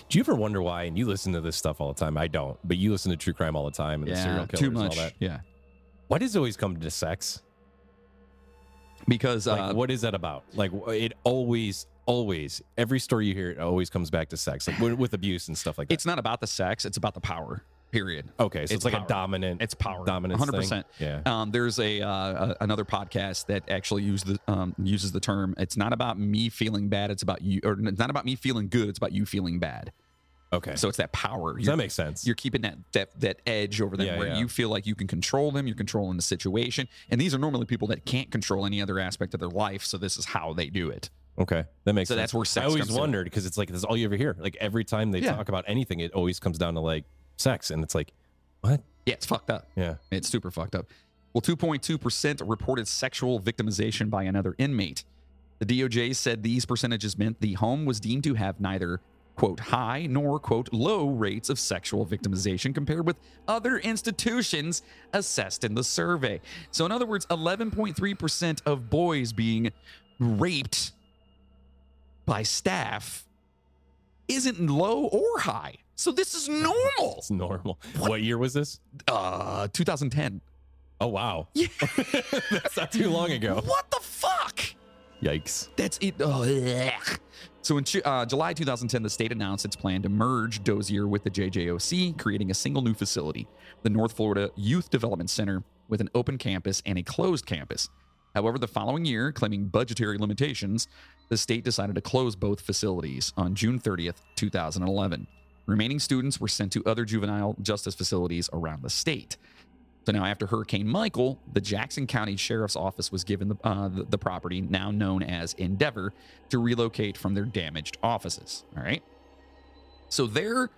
C: Do you ever wonder why? And you listen to this stuff all the time. I don't, but you listen to true crime all the time and the serial killers
B: too much.
C: and all that.
B: Yeah.
C: Why does it always come to sex?
B: Because
C: Like,
B: uh,
C: what is that about? Like, wh- it always, always, every story you hear, it always comes back to sex, like with, with abuse and stuff like that.
B: it's not about the sex, it's about the power, period.
C: okay, so it's,
B: it's
C: like
B: power.
C: a dominant,
B: It's power.
C: dominant,
B: 100%.
C: Yeah.
B: Um, there's a uh, a- another podcast that actually use the, um, uses the term. It's not about me feeling bad. It's about you, or it's not about me feeling good. It's about you feeling bad.
C: Okay, so
B: Uh, So it's that power.
C: does
B: You're,
C: that makes sense?
B: you're keeping that that that edge over them
C: Yeah,
B: where
C: yeah.
B: you feel like you can control them. You're controlling the situation, and these are normally people that can't control any other aspect of their life. So this is how they do it.
C: Okay, that makes
B: So
C: sense.
B: that's where sex
C: I always
B: comes in.
C: wondered because it's like that's all you ever hear. Like every time they
B: Yeah.
C: talk about anything, it always comes down to like sex, and it's like, what?
B: Yeah, it's fucked up.
C: Yeah.
B: It's super fucked up. Well, 2.2% reported sexual victimization by another inmate. The DOJ said these percentages meant the home was deemed to have neither, quote, high nor, quote, low rates of sexual victimization compared with other institutions assessed in the survey. So, in other words, 11.3% of boys being raped by staff isn't low or high. So, this is normal.
C: It's normal. What? year was this?
B: Uh, 2010.
C: Oh wow, that's not too long ago.
B: What the fuck?
C: Yikes.
B: That's it. Oh, blech. so in Ju- uh, July 2010, the state announced its plan to merge Dozier with the JJOC, creating a single new facility, the North Florida Youth Development Center, with an open campus and a closed campus. However, the following year, claiming budgetary limitations, the state decided to close both facilities on June 30th, 2011. Remaining students were sent to other juvenile justice facilities around the state. So now, after Hurricane Michael, the Jackson County Sheriff's Office was given the, uh, the, the property, now known as Endeavor, to relocate from their damaged offices. All right. So there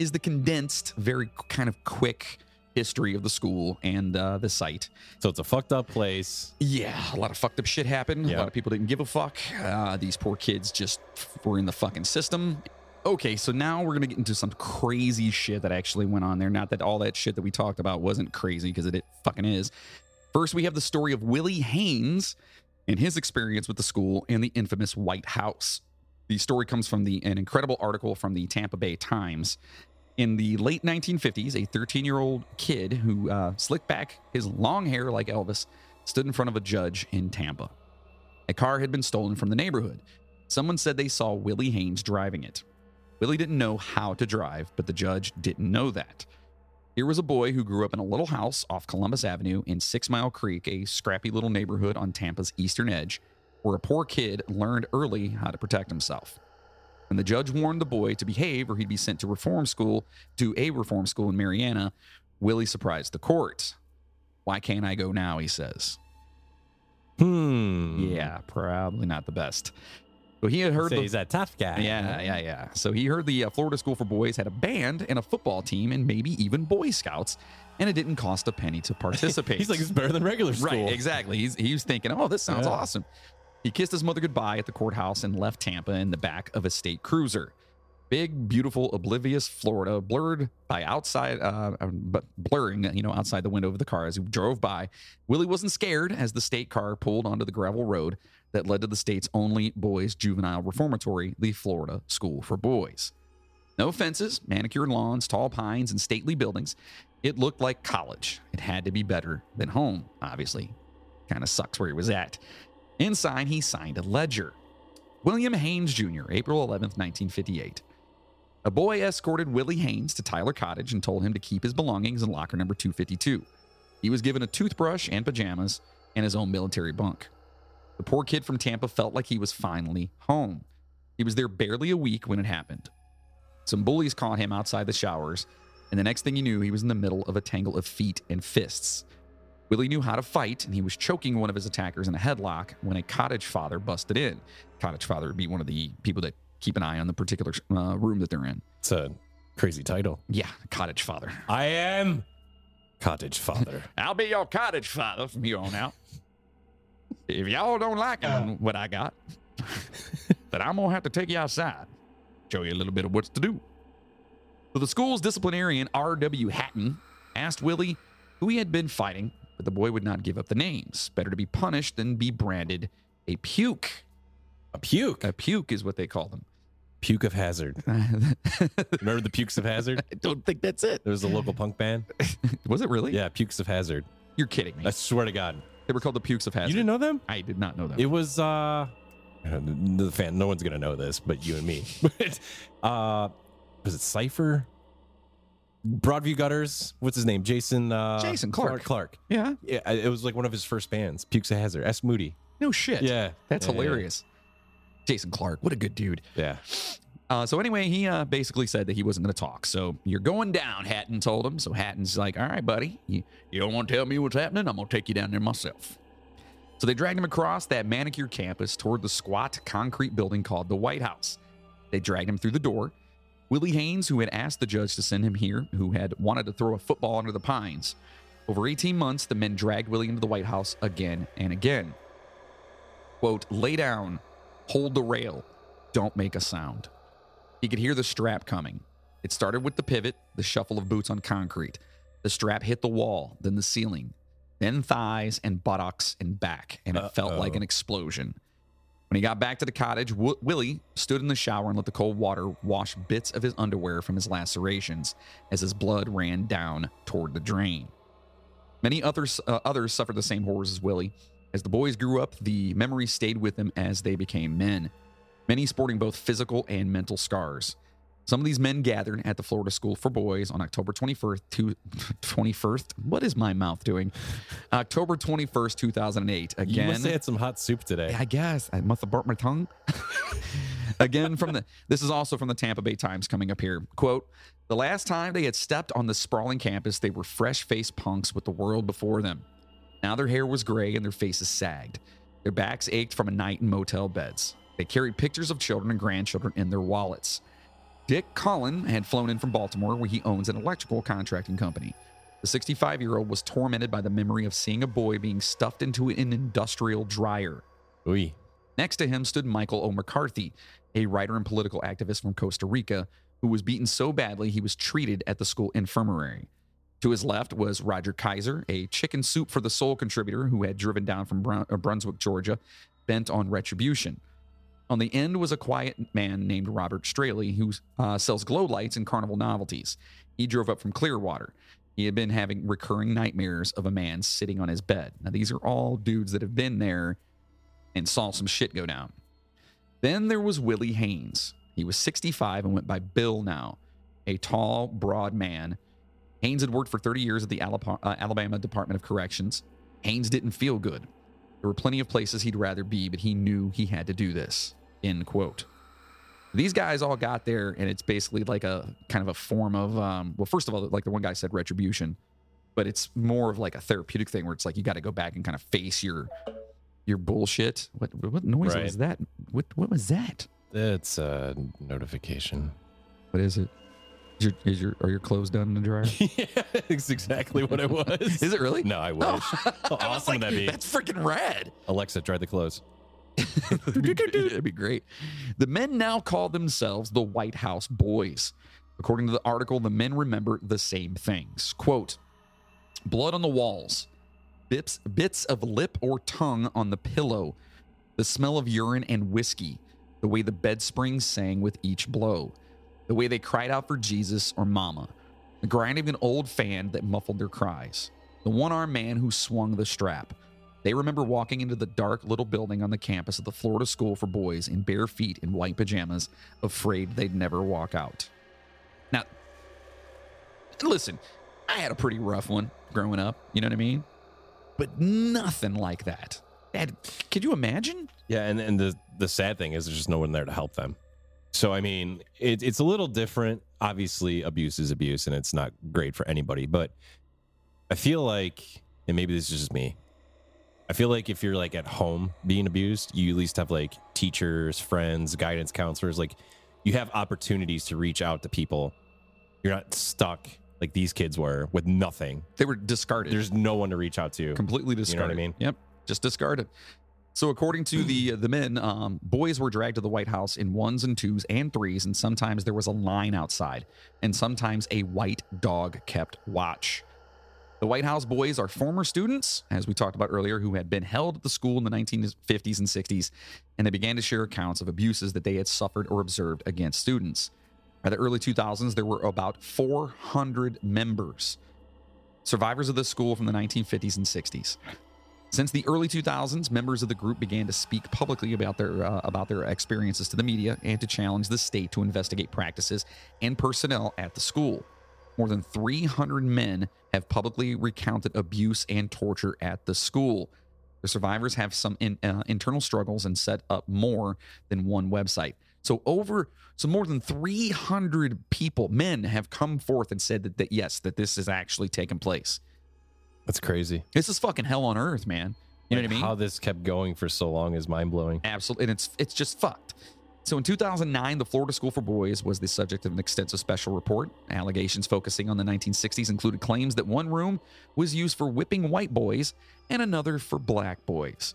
B: is the condensed, very kind of quick history of the school and uh, the site.
C: So it's a fucked up place.
B: Yeah, a lot of fucked up shit happened. A
C: Yeah.
B: lot of people didn't give a fuck. Uh, these poor kids just f- were in the fucking system. Okay, so now we're gonna get into some crazy shit that actually went on there. Not that all that shit that we talked about wasn't crazy, because it, it fucking is. First, we have the story of Willie Haynes and his experience with the school and the infamous White House. The story comes from the an incredible article from the Tampa Bay Times. In the late 1950s, a 13 year old kid who uh, slicked back his long hair like Elvis stood in front of a judge in Tampa. A car had been stolen from the neighborhood. Someone said they saw Willie Haynes driving it. Willie didn't know how to drive, but the judge didn't know that. Here was a boy who grew up in a little house off Columbus Avenue in Six Mile Creek, a scrappy little neighborhood on Tampa's eastern edge, where a poor kid learned early how to protect himself. And the judge warned the boy to behave or he'd be sent to reform school, to a reform school in Mariana. Willie surprised the court. Why can't I go now? He says.
C: Hmm.
B: Yeah, probably not the best. So he had heard
C: Say
B: the,
C: he's that tough guy.
B: yeah, yeah, yeah. So he heard the uh, Florida School for Boys had a band and a football team and maybe even Boy Scouts, and it didn't cost a penny to participate.
C: He's like it's better than regular school.
B: right, exactly. He's, he was thinking, oh, this sounds
C: Yeah.
B: awesome. He kissed his mother goodbye at the courthouse and left Tampa in the back of a state cruiser. Big, beautiful, oblivious Florida, blurred by outside, uh, but blurring, you know, outside the window of the car as he drove by. Willie wasn't scared as the state car pulled onto the gravel road that led to the state's only boys' juvenile reformatory, the Florida School for Boys. No fences, manicured lawns, tall pines, and stately buildings. It looked like college. It had to be better than home, obviously. Kind of sucks where he was at. Inside, he signed a ledger. William Haynes Jr., April 11th, 1958. A boy escorted Willie Haynes to Tyler Cottage and told him to keep his belongings in locker number 252. He was given a toothbrush and pajamas and his own military bunk. The poor kid from Tampa felt like he was finally home. He was there barely a week when it happened. Some bullies caught him outside the showers, and the next thing you knew, he was in the middle of a tangle of feet and fists. Willie knew how to fight, and he was choking one of his attackers in a headlock when a cottage father busted in. Cottage father would be one of the people that keep an eye on the particular uh, room that they're in.
C: It's a crazy title.
B: Yeah, cottage father.
C: I am cottage father.
B: I'll be
C: Uh.
B: your cottage father from here on out. If y'all don't like it, what I got, that I'm gonna have to take you outside, show you a little bit of what's to do. So the school's disciplinarian, R.W. Hatton, asked Willie who he had been fighting, but the boy would not give up the names. Better to be punished than be branded a puke.
C: A puke.
B: A puke is what they call them.
C: puke of hazard. Remember the pukes of hazard?
B: I don't think that's it.
C: There was a local punk band.
B: Was it really?
C: Yeah, pukes of hazard.
B: You're kidding me.
C: I swear to God,
B: they were called the pukes of hazard.
C: you didn't know them?
B: I did not know that.
C: It was uh, the fan. No one's gonna know this, but you and me. but uh, was it Cipher? Broadview Gutters. What's his name? Jason. Uh,
B: Jason Clark.
C: Clark. Clark.
B: yeah.
C: Yeah, I- it was like one of his first bands. Pukes of Hazard. S. Moody.
B: No shit.
C: Yeah,
B: That's
C: Yeah, yeah, yeah.
B: hilarious. Jason Clark, what a good dude.
C: Yeah.
B: Uh, so anyway, he uh, basically said that he wasn't going to talk. So you're going down, Hatton told him. So Hatton's like, all right, buddy, you, you don't want to tell me what's happening? I'm going to take you down there myself. So they dragged him across that manicured campus toward the squat concrete building called the White House. They dragged him through the door. Willie Haynes, who had asked the judge to send him here, who had wanted to throw a football under the pines. Over 18 months, the men dragged Willie into the White House again and again. Quote, lay down, hold the rail, don't make a sound. He could hear the strap coming. It started with the pivot, the shuffle of boots on concrete. The strap hit the wall, then the ceiling, then thighs and buttocks and back, and it felt
C: Uh-oh.
B: like an explosion. When he got back to the cottage, w- Willie stood in the shower and let the cold water wash bits of his underwear from his lacerations as his blood ran down toward the drain. Many others, uh, others suffered the same horrors as Willie. As the boys grew up, the memory stayed with them as they became men, many sporting both physical and mental scars. Some of these men gathered at the Florida School for Boys on October 21st, two, 21st. What is my mouth doing? October 21st, 2008.
C: You
B: Again,
C: must have had some hot soup today.
B: I guess I must have burnt my tongue. Again, from the this is also from the Tampa Bay Times coming up here. Quote: The last time they had stepped on the sprawling campus, they were fresh-faced punks with the world before them. Now their hair was gray and their faces sagged. Their backs ached from a night in motel beds. They carried pictures of children and grandchildren in their wallets. Dick Collin had flown in from Baltimore, where he owns an electrical contracting company. The 65 year old was tormented by the memory of seeing a boy being stuffed into an industrial dryer.
C: Ooh.
B: Next to him stood Michael O. McCarthy, a writer and political activist from Costa Rica who was beaten so badly he was treated at the school infirmary. To his left was Roger Kaiser, a chicken soup for the soul contributor who had driven down from Brun- uh, Brunswick, Georgia, bent on retribution. On the end was a quiet man named Robert Straley, who uh, sells glow lights and carnival novelties. He drove up from Clearwater. He had been having recurring nightmares of a man sitting on his bed. Now, these are all dudes that have been there and saw some shit go down. Then there was Willie Haynes. He was 65 and went by Bill now, a tall, broad man. Haynes had worked for 30 years at the Alapa- uh, Alabama Department of Corrections. Haynes didn't feel good. There were plenty of places he'd rather be, but he knew he had to do this. End quote. These guys all got there, and it's basically like a kind of a form of, um, well, first of all, like the one guy said, retribution, but it's more of like a therapeutic thing where it's like you got to go back and kind of face your your bullshit. What what noise
C: Right.
B: was that? What what was that?
C: That's a notification.
B: What is it? Is your is your are your clothes done in the dryer?
C: yeah, it's exactly what it was.
B: Is it really?
C: No, I wish.
B: Oh.
C: How
B: I was
C: awesome would
B: like,
C: that be?
B: That's freaking rad.
C: Alexa, dry the clothes.
B: That'd be great. The men now call themselves the White House Boys. According to the article, the men remember the same things. Quote Blood on the walls, bits, bits of lip or tongue on the pillow, the smell of urine and whiskey, the way the bed springs sang with each blow, the way they cried out for Jesus or Mama, the grind of an old fan that muffled their cries, the one armed man who swung the strap. They remember walking into the dark little building on the campus of the Florida School for Boys in bare feet and white pajamas, afraid they'd never walk out. Now, listen, I had a pretty rough one growing up, you know what I mean? But nothing like that. That could you imagine?
C: Yeah, and and the the sad thing is there's just no one there to help them. So I mean, it, it's a little different. Obviously, abuse is abuse, and it's not great for anybody. But I feel like, and maybe this is just me. I feel like if you're like at home being abused, you at least have like teachers, friends, guidance counselors. Like you have opportunities to reach out to people. You're not stuck like these kids were with nothing.
B: They were discarded.
C: There's no one to reach out to.
B: completely
C: know what I
B: discarded.
C: mean?
B: Yep. Just discarded. So, according to the the men, um, boys were dragged to the White House in ones and twos and threes, and sometimes there was a line outside, and sometimes a white dog kept watch. The White House boys are former students, as we talked about earlier, who had been held at the school in the 1950s and 60s, and they began to share accounts of abuses that they had suffered or observed against students. By the early 2000s, there were about 400 members, survivors of the school from the 1950s and 60s. Since the early 2000s, members of the group began to speak publicly about their uh, about their experiences to the media and to challenge the state to investigate practices and personnel at the school. More than 300 men have publicly recounted abuse and torture at the school. The survivors have some in, uh, internal struggles and set up more than one website. So over so more than 300 people, men have come forth and said that, that yes, that this has actually taken place.
C: That's crazy.
B: This is fucking hell on earth, man. You know what I mean?
C: How this kept going for so long is mind blowing.
B: Absolutely, and it's it's just fucked. So in 2009, the Florida School for Boys was the subject of an extensive special report. Allegations focusing on the 1960s included claims that one room was used for whipping white boys and another for black boys.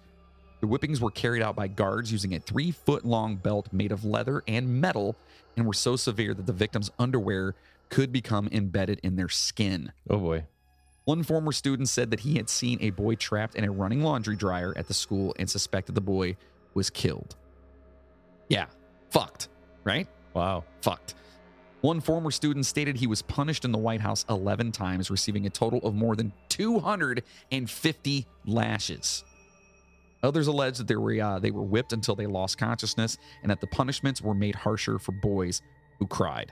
B: The whippings were carried out by guards using a three foot long belt made of leather and metal and were so severe that the victim's underwear could become embedded in their skin.
C: Oh boy.
B: One former student said that he had seen a boy trapped in a running laundry dryer at the school and suspected the boy was killed. Yeah, fucked, right?
C: Wow.
B: Fucked. One former student stated he was punished in the White House 11 times, receiving a total of more than 250 lashes. Others alleged that they were, uh, they were whipped until they lost consciousness and that the punishments were made harsher for boys who cried.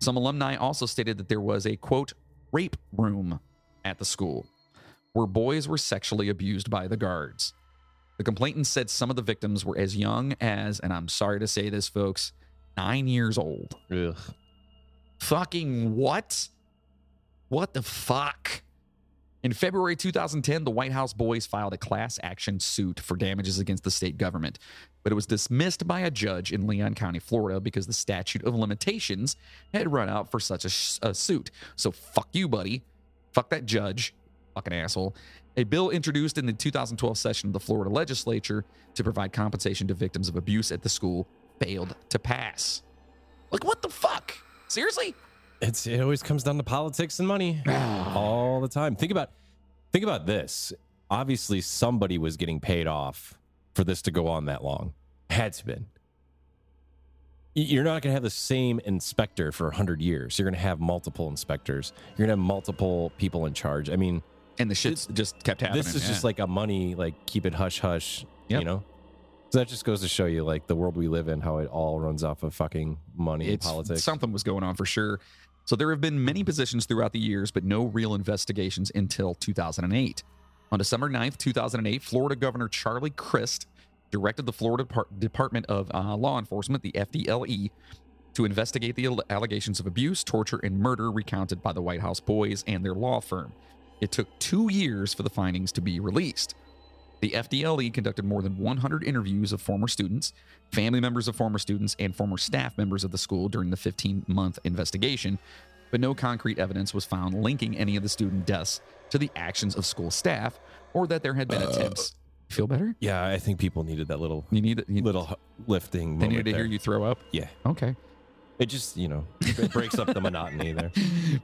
B: Some alumni also stated that there was a quote, rape room at the school where boys were sexually abused by the guards. The complainants said some of the victims were as young as, and I'm sorry to say this, folks, nine years old.
C: Ugh.
B: Fucking what? What the fuck? In February 2010, the White House boys filed a class action suit for damages against the state government, but it was dismissed by a judge in Leon County, Florida, because the statute of limitations had run out for such a, sh- a suit. So fuck you, buddy. Fuck that judge. Fucking asshole. A bill introduced in the 2012 session of the Florida legislature to provide compensation to victims of abuse at the school failed to pass. Like, what the fuck? Seriously?
C: It's it always comes down to politics and money all the time. Think about think about this. Obviously, somebody was getting paid off for this to go on that long. Had to been. Y- You're not going to have the same inspector for 100 years. You're going to have multiple inspectors. You're going to have multiple people in charge. I mean,
B: And the shit's just kept happening.
C: this is just like a money, like keep it hush hush,
B: Yep.
C: you know? So that just goes to show you, like, the world we live in, how it all runs off of fucking money
B: it's,
C: and politics.
B: Something was going on for sure. So there have been many positions throughout the years, but no real investigations until 2008. On December 9th, 2008, Florida Governor Charlie Crist directed the Florida Par- Department of uh, Law Enforcement, the FDLE, E, to investigate the al- allegations of abuse, torture, and murder recounted by the White House boys and their law firm. It took two years for the findings to be released. The FDLE E conducted more than 100 interviews of former students, family members of former students, and former staff members of the school during the 15 month investigation, but no concrete evidence was found linking any of the student deaths to the actions of school staff or that there had
C: Uh,
B: been attempts. Feel better?
C: yeah, I think people needed that little
B: You need you,
C: little h- lifting
B: They
C: moment
B: needed to hear
C: there.
B: you throw up.
C: Yeah.
B: Okay.
C: It just, you know, it breaks up the monotony there.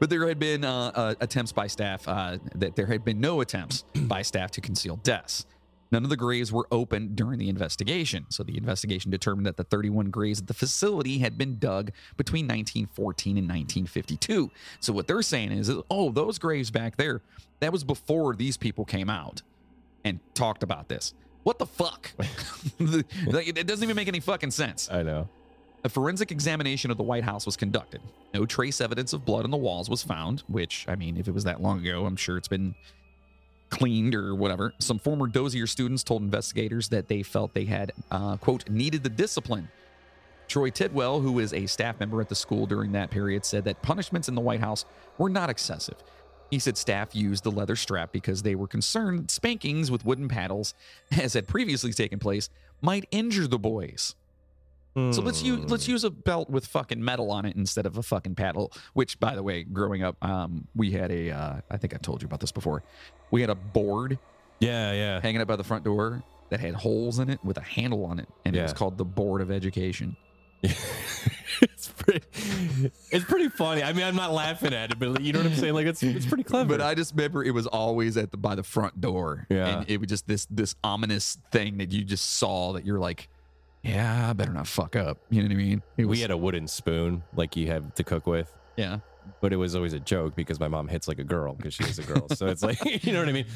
B: but there had been uh, uh, attempts by staff uh, that there had been no attempts by staff to conceal deaths. None of the graves were opened during the investigation, so the investigation determined that the 31 graves at the facility had been dug between 1914 and 1952. So what they're saying is, oh, those graves back there, that was before these people came out and talked about this. What the fuck? Like, it it doesn't even make any fucking sense.
C: I know.
B: A forensic examination of the White House was conducted. No trace evidence of blood on the walls was found, which, I mean, if it was that long ago, I'm sure it's been cleaned or whatever. Some former Dozier students told investigators that they felt they had, uh, quote, needed the discipline. Troy Tidwell, who is a staff member at the school during that period, said that punishments in the White House were not excessive. He said staff used the leather strap because they were concerned that spankings with wooden paddles, as had previously taken place, might injure the boys. So let's
C: Hmm.
B: use let's use a belt with fucking metal on it instead of a fucking paddle. Which, by the way, growing up, um, we had a uh, I think I told you about this before. We had a board
C: Uh-huh. Yeah, yeah.
B: hanging up by the front door, that had holes in it with a handle on it, and it was
C: Yeah.
B: called the Board of Education.
C: it's pretty it's pretty funny. I mean, I'm not laughing at it, but you know what I'm saying? Like it's it's pretty clever.
B: But I just remember it was always at the by the front door.
C: Yeah.
B: And it was just this this ominous thing that you just saw that you're like, yeah, I better not fuck up. You know what I mean? It was,
C: we had a wooden spoon like you have to cook with,
B: yeah.
C: but it was always a joke because my mom hits like a girl because she is a girl. so it's like, you know what I mean?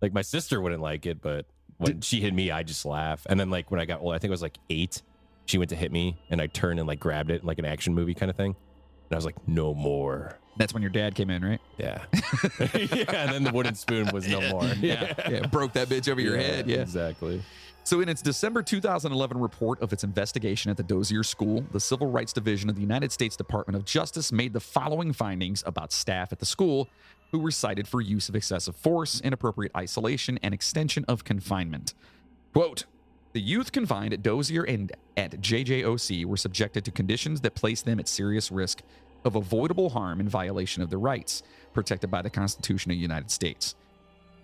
C: Like my sister wouldn't like it, but when she hit me, I just laugh. And then like when I got old, I think it was like 8, she went to hit me and I turned and like grabbed it like an action movie kind of thing. And I was like, "No more."
B: That's when your dad came in, right?
C: Yeah. yeah, and then the wooden spoon was no more.
B: yeah. Broke that bitch over your head. Yeah.
C: Exactly.
B: So, in its December 2011 report of its investigation at the Dozier School, the Civil Rights Division of the United States Department of Justice made the following findings about staff at the school who were cited for use of excessive force, inappropriate isolation, and extension of confinement. Quote The youth confined at Dozier and at JJOC were subjected to conditions that placed them at serious risk of avoidable harm in violation of their rights protected by the Constitution of the United States.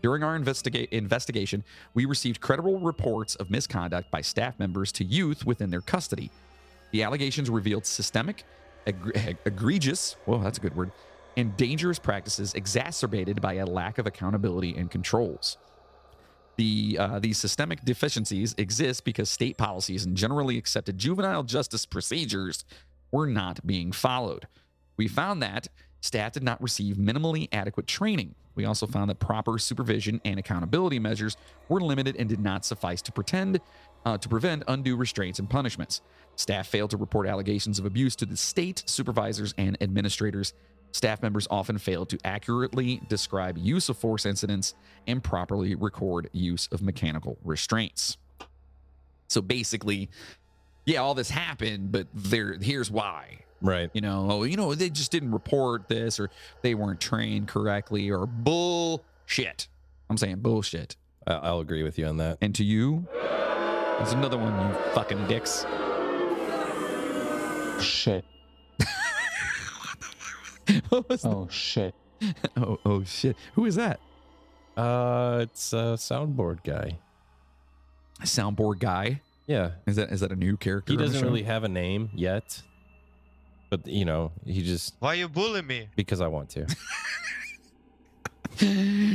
B: During our investiga- investigation, we received credible reports of misconduct by staff members to youth within their custody. The allegations revealed systemic, egr- eg- egregious, well, that's a good word, and dangerous practices exacerbated by a lack of accountability and controls. The, uh, these systemic deficiencies exist because state policies and generally accepted juvenile justice procedures were not being followed. We found that staff did not receive minimally adequate training. We also found that proper supervision and accountability measures were limited and did not suffice to pretend uh, to prevent undue restraints and punishments. Staff failed to report allegations of abuse to the state supervisors and administrators. Staff members often failed to accurately describe use of force incidents and properly record use of mechanical restraints. So basically, yeah, all this happened, but there here's why
C: Right.
B: you know, oh, you know, they just didn't report this or they weren't trained correctly or bullshit. I'm saying bullshit.
C: I- I'll agree with you on that.
B: And to you, there's another one, you fucking dicks.
F: Shit.
B: What was
F: Oh, shit.
B: that? Oh, oh shit. Who is that?
C: Uh, it's a soundboard guy.
B: Soundboard guy.
C: Yeah,
B: Is that is that a new character?
C: he
B: on the
C: doesn't
B: show?
C: really have a name yet, but you know, he just
G: Why you bullying me?
C: because I want to.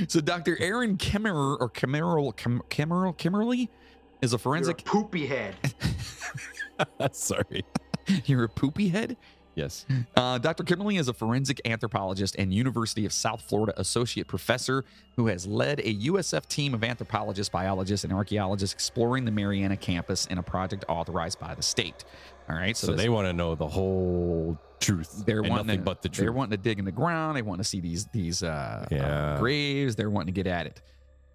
B: so Dr. Aaron Kemmerer or Kemmerer Kem- Kemmerer Kemmerly is a forensic
H: poopy head.
C: Sorry.
B: you're a poopy head?
C: Yes.
B: Uh, Dr. Kimberly is a forensic anthropologist and University of South Florida associate professor who has led a USF team of anthropologists, biologists, and archaeologists exploring the Mariana campus in a project authorized by the state. All right, so,
C: So, they
B: this-
C: want to know the whole truth.
B: they're
C: and
B: wanting
C: nothing
B: to,
C: but the
B: they're
C: truth.
B: wanting to dig in the ground. They want to see these these uh, uh,
C: Yeah.
B: graves. They're wanting to get at it.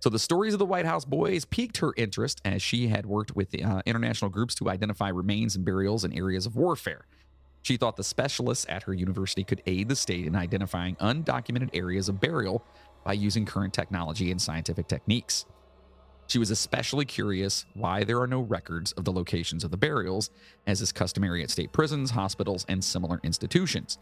B: So the stories of the White House boys piqued her interest as she had worked with uh, international groups to identify remains and burials in areas of warfare. She thought the specialists at her university could aid the state in identifying undocumented areas of burial by using current technology and scientific techniques. She was especially curious why there are no records of the locations of the burials, as is customary at state prisons, hospitals, and similar institutions.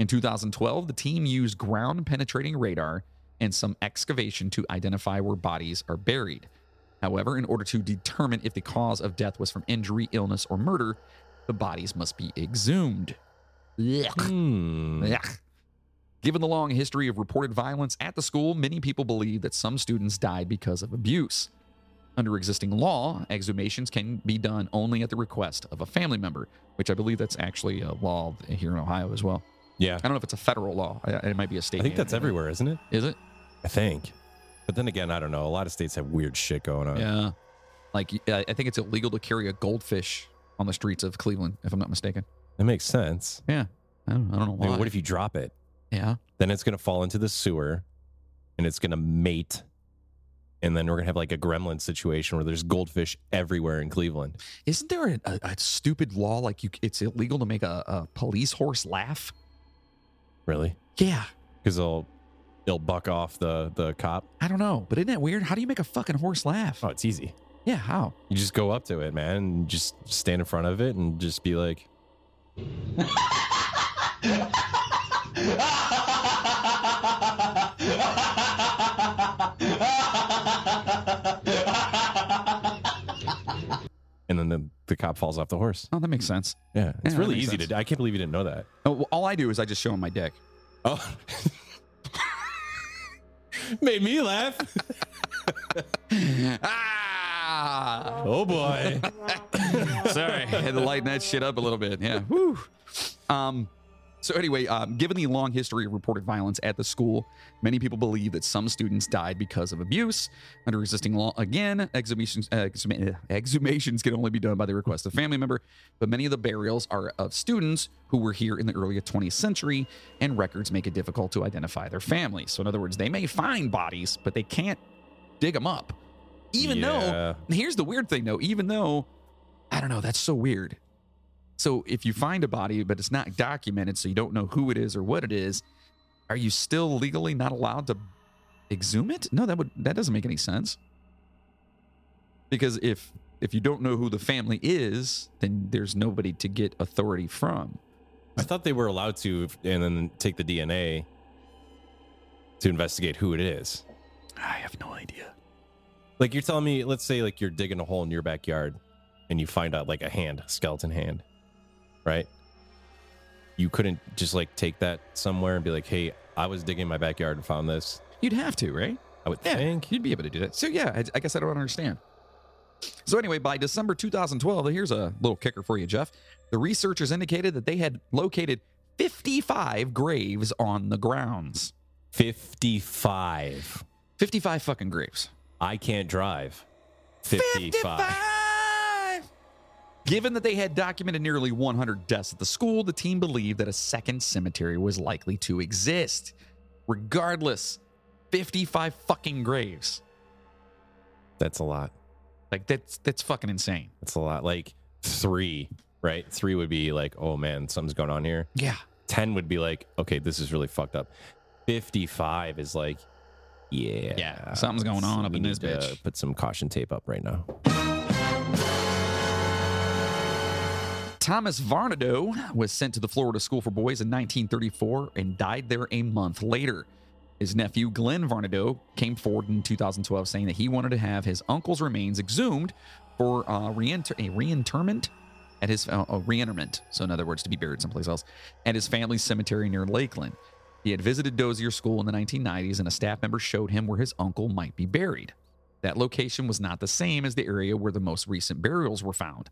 B: In 2012, the team used ground penetrating radar and some excavation to identify where bodies are buried. However, in order to determine if the cause of death was from injury, illness, or murder, the bodies must be exhumed. Yuck.
C: Hmm.
B: Yuck. Mm. Given the long history of reported violence at the school, many people believe that some students died because of abuse. Under existing law, exhumations can be done only at the request of a family member, which I believe that's actually a law here in Ohio as well.
C: Yeah.
B: I don't know if it's a federal law. I- It might be a state.
C: I think that's
B: mandate.
C: everywhere, isn't it?
B: Is it?
C: I think. But then again, I don't know. A lot of states have weird shit going on.
B: Yeah. Like I I think it's illegal to carry a goldfish on the streets of Cleveland, if I'm not mistaken.
C: That makes sense.
B: I don't, I don't know
C: I
B: why.
C: mean, what if you drop it?
B: yeah.
C: Then it's going to fall into the sewer and it's going to mate. And then we're going to have like a gremlin situation where there's goldfish everywhere in Cleveland.
B: Isn't there a, a, a stupid law like you? It's illegal to make a, a police horse laugh.
C: Really?
B: Yeah.
C: because they'll they'll buck off the the cop.
B: I don't know, but isn't that weird? How do you make a fucking horse laugh?
C: Oh, it's easy.
B: Yeah, how?
C: You just go up to it, man, and just stand in front of it and just be like, cop falls off the horse.
B: Oh, that makes sense.
C: Yeah, it's
B: that
C: really
B: makes
C: easy
B: sense.
C: to. do. I can't believe you didn't know that.
B: Oh, well, all I do is I just show him my dick.
C: Oh, made me laugh.
B: ah!
C: Oh boy.
B: Sorry, had to lighten that shit up a little bit. Yeah. Whew. Um. So anyway, um, given the long history of reported violence at the school, many people believe that some students died because of abuse. Under existing law, again, exhumations, uh, exhum- uh, exhumations can only be done by the request of family member, but many of the burials are of students who were here in the early 20th century, and records make it difficult to identify their families. So in other words, they may find bodies, but they can't dig them up. Even though
C: Yeah.
B: and Here's the weird thing, though. Even though, I don't know, that's so weird. So if you find a body, but it's not documented, so you don't know who it is or what it is, are you still legally not allowed to exhume it? No, that would that doesn't make any sense. Because if if you don't know who the family is, then there's nobody to get authority from.
C: I thought they were allowed to, if- and then take the DNA to investigate who it is.
B: I have no idea.
C: Like you're telling me, let's say like you're digging a hole in your backyard, and you find out like a hand, a skeleton hand, right? You couldn't just like take that somewhere and be like, "Hey, I was digging in my backyard and found this."
B: You'd have to, right?
C: I would
B: Yeah,
C: think.
B: you'd be able to do that. So yeah, I, I guess I don't understand. So anyway, by December 2012, here's a little kicker for you, Jeff. The researchers indicated that they had located 55 graves on the grounds.
C: 55.
B: 55 fucking graves.
C: I can't drive. 55.
B: 55! Given that they had documented nearly 100 deaths at the school, the team believed that a second cemetery was likely to exist. Regardless, 55 fucking graves.
C: That's a lot.
B: Like that's that's fucking insane.
C: That's a lot. Like three, right? Three would be like, oh man, something's going on here.
B: Yeah.
C: 10 would be like, okay, this is really fucked up. 55 is like, yeah.
B: Yeah, something's going on up
C: we
B: in this
C: need to
B: bitch.
C: Put some caution tape up right now.
B: Thomas Varnado was sent to the Florida School for Boys in 1934 and died there a month later. His nephew, Glenn Varnado, came forward in 2012 saying that he wanted to have his uncle's remains exhumed for uh, reinter- a reinterment at his uh, uh, reinterment. So, in other words, to be buried someplace else at his family's cemetery near Lakeland. He had visited Dozier School in the 1990s, and a staff member showed him where his uncle might be buried. That location was not the same as the area where the most recent burials were found.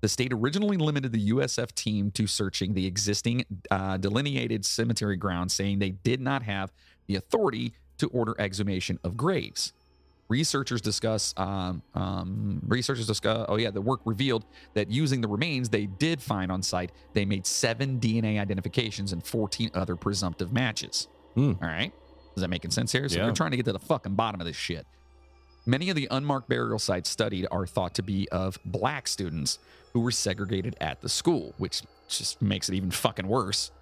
B: The state originally limited the USF team to searching the existing uh, delineated cemetery grounds, saying they did not have the authority to order exhumation of graves. Researchers discuss. Um, um, researchers discuss. Oh yeah, the work revealed that using the remains they did find on site, they made seven DNA identifications and 14 other presumptive matches.
C: Hmm.
B: All right, is that making sense here? So
C: Yeah.
B: we're trying to get to the fucking bottom of this shit. Many of the unmarked burial sites studied are thought to be of black students who were segregated at the school, which just makes it even fucking worse.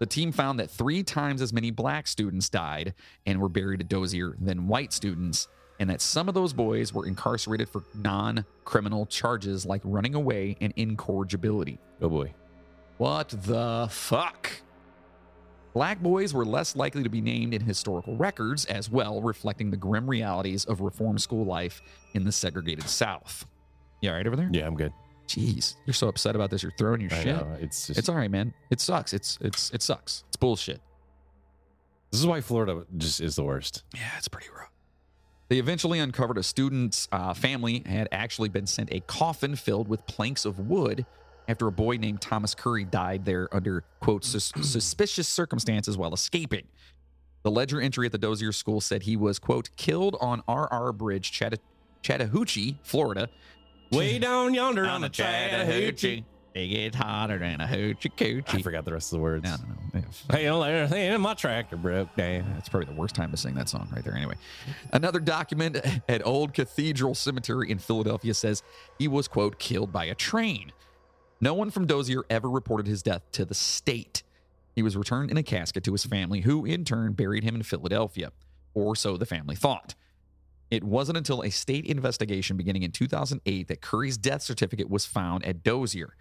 B: The team found that three times as many black students died and were buried at Dozier than white students, and that some of those boys were incarcerated for non criminal charges like running away and incorrigibility.
C: Oh boy.
B: What the fuck? Black boys were less likely to be named in historical records as well, reflecting the grim realities of reform school life in the segregated South. You all right over there?
C: Yeah, I'm good.
B: Jeez, you're so upset about this. You're throwing your
C: I
B: shit.
C: know. It's just,
B: It's all right, man. It sucks. It's it's it sucks. It's bullshit.
C: this is why Florida just is the worst.
B: Yeah, it's pretty rough. They eventually uncovered a student's uh, family had actually been sent a coffin filled with planks of wood after a boy named Thomas Curry died there under, quote, sus- suspicious circumstances while escaping. The ledger entry at the Dozier School said he was, quote, killed on RR Bridge, Chatta- Chattahoochee, Florida.
C: Way down yonder on
B: On
C: the Chattahoochee.
B: It gets hotter than a hoochie coochie.
C: I forgot the rest of the words.
B: I don't know.
C: Hey, don't let her think my tractor broke down.
B: That's probably the worst time to sing that song right there. Anyway, another document at Old Cathedral Cemetery in Philadelphia says he was, quote, killed by a train. No one from Dozier ever reported his death to the state. He was returned in a casket to his family, who in turn buried him in Philadelphia, or so the family thought. It wasn't until a state investigation beginning in 2008 that Curry's death certificate was found at Dozier.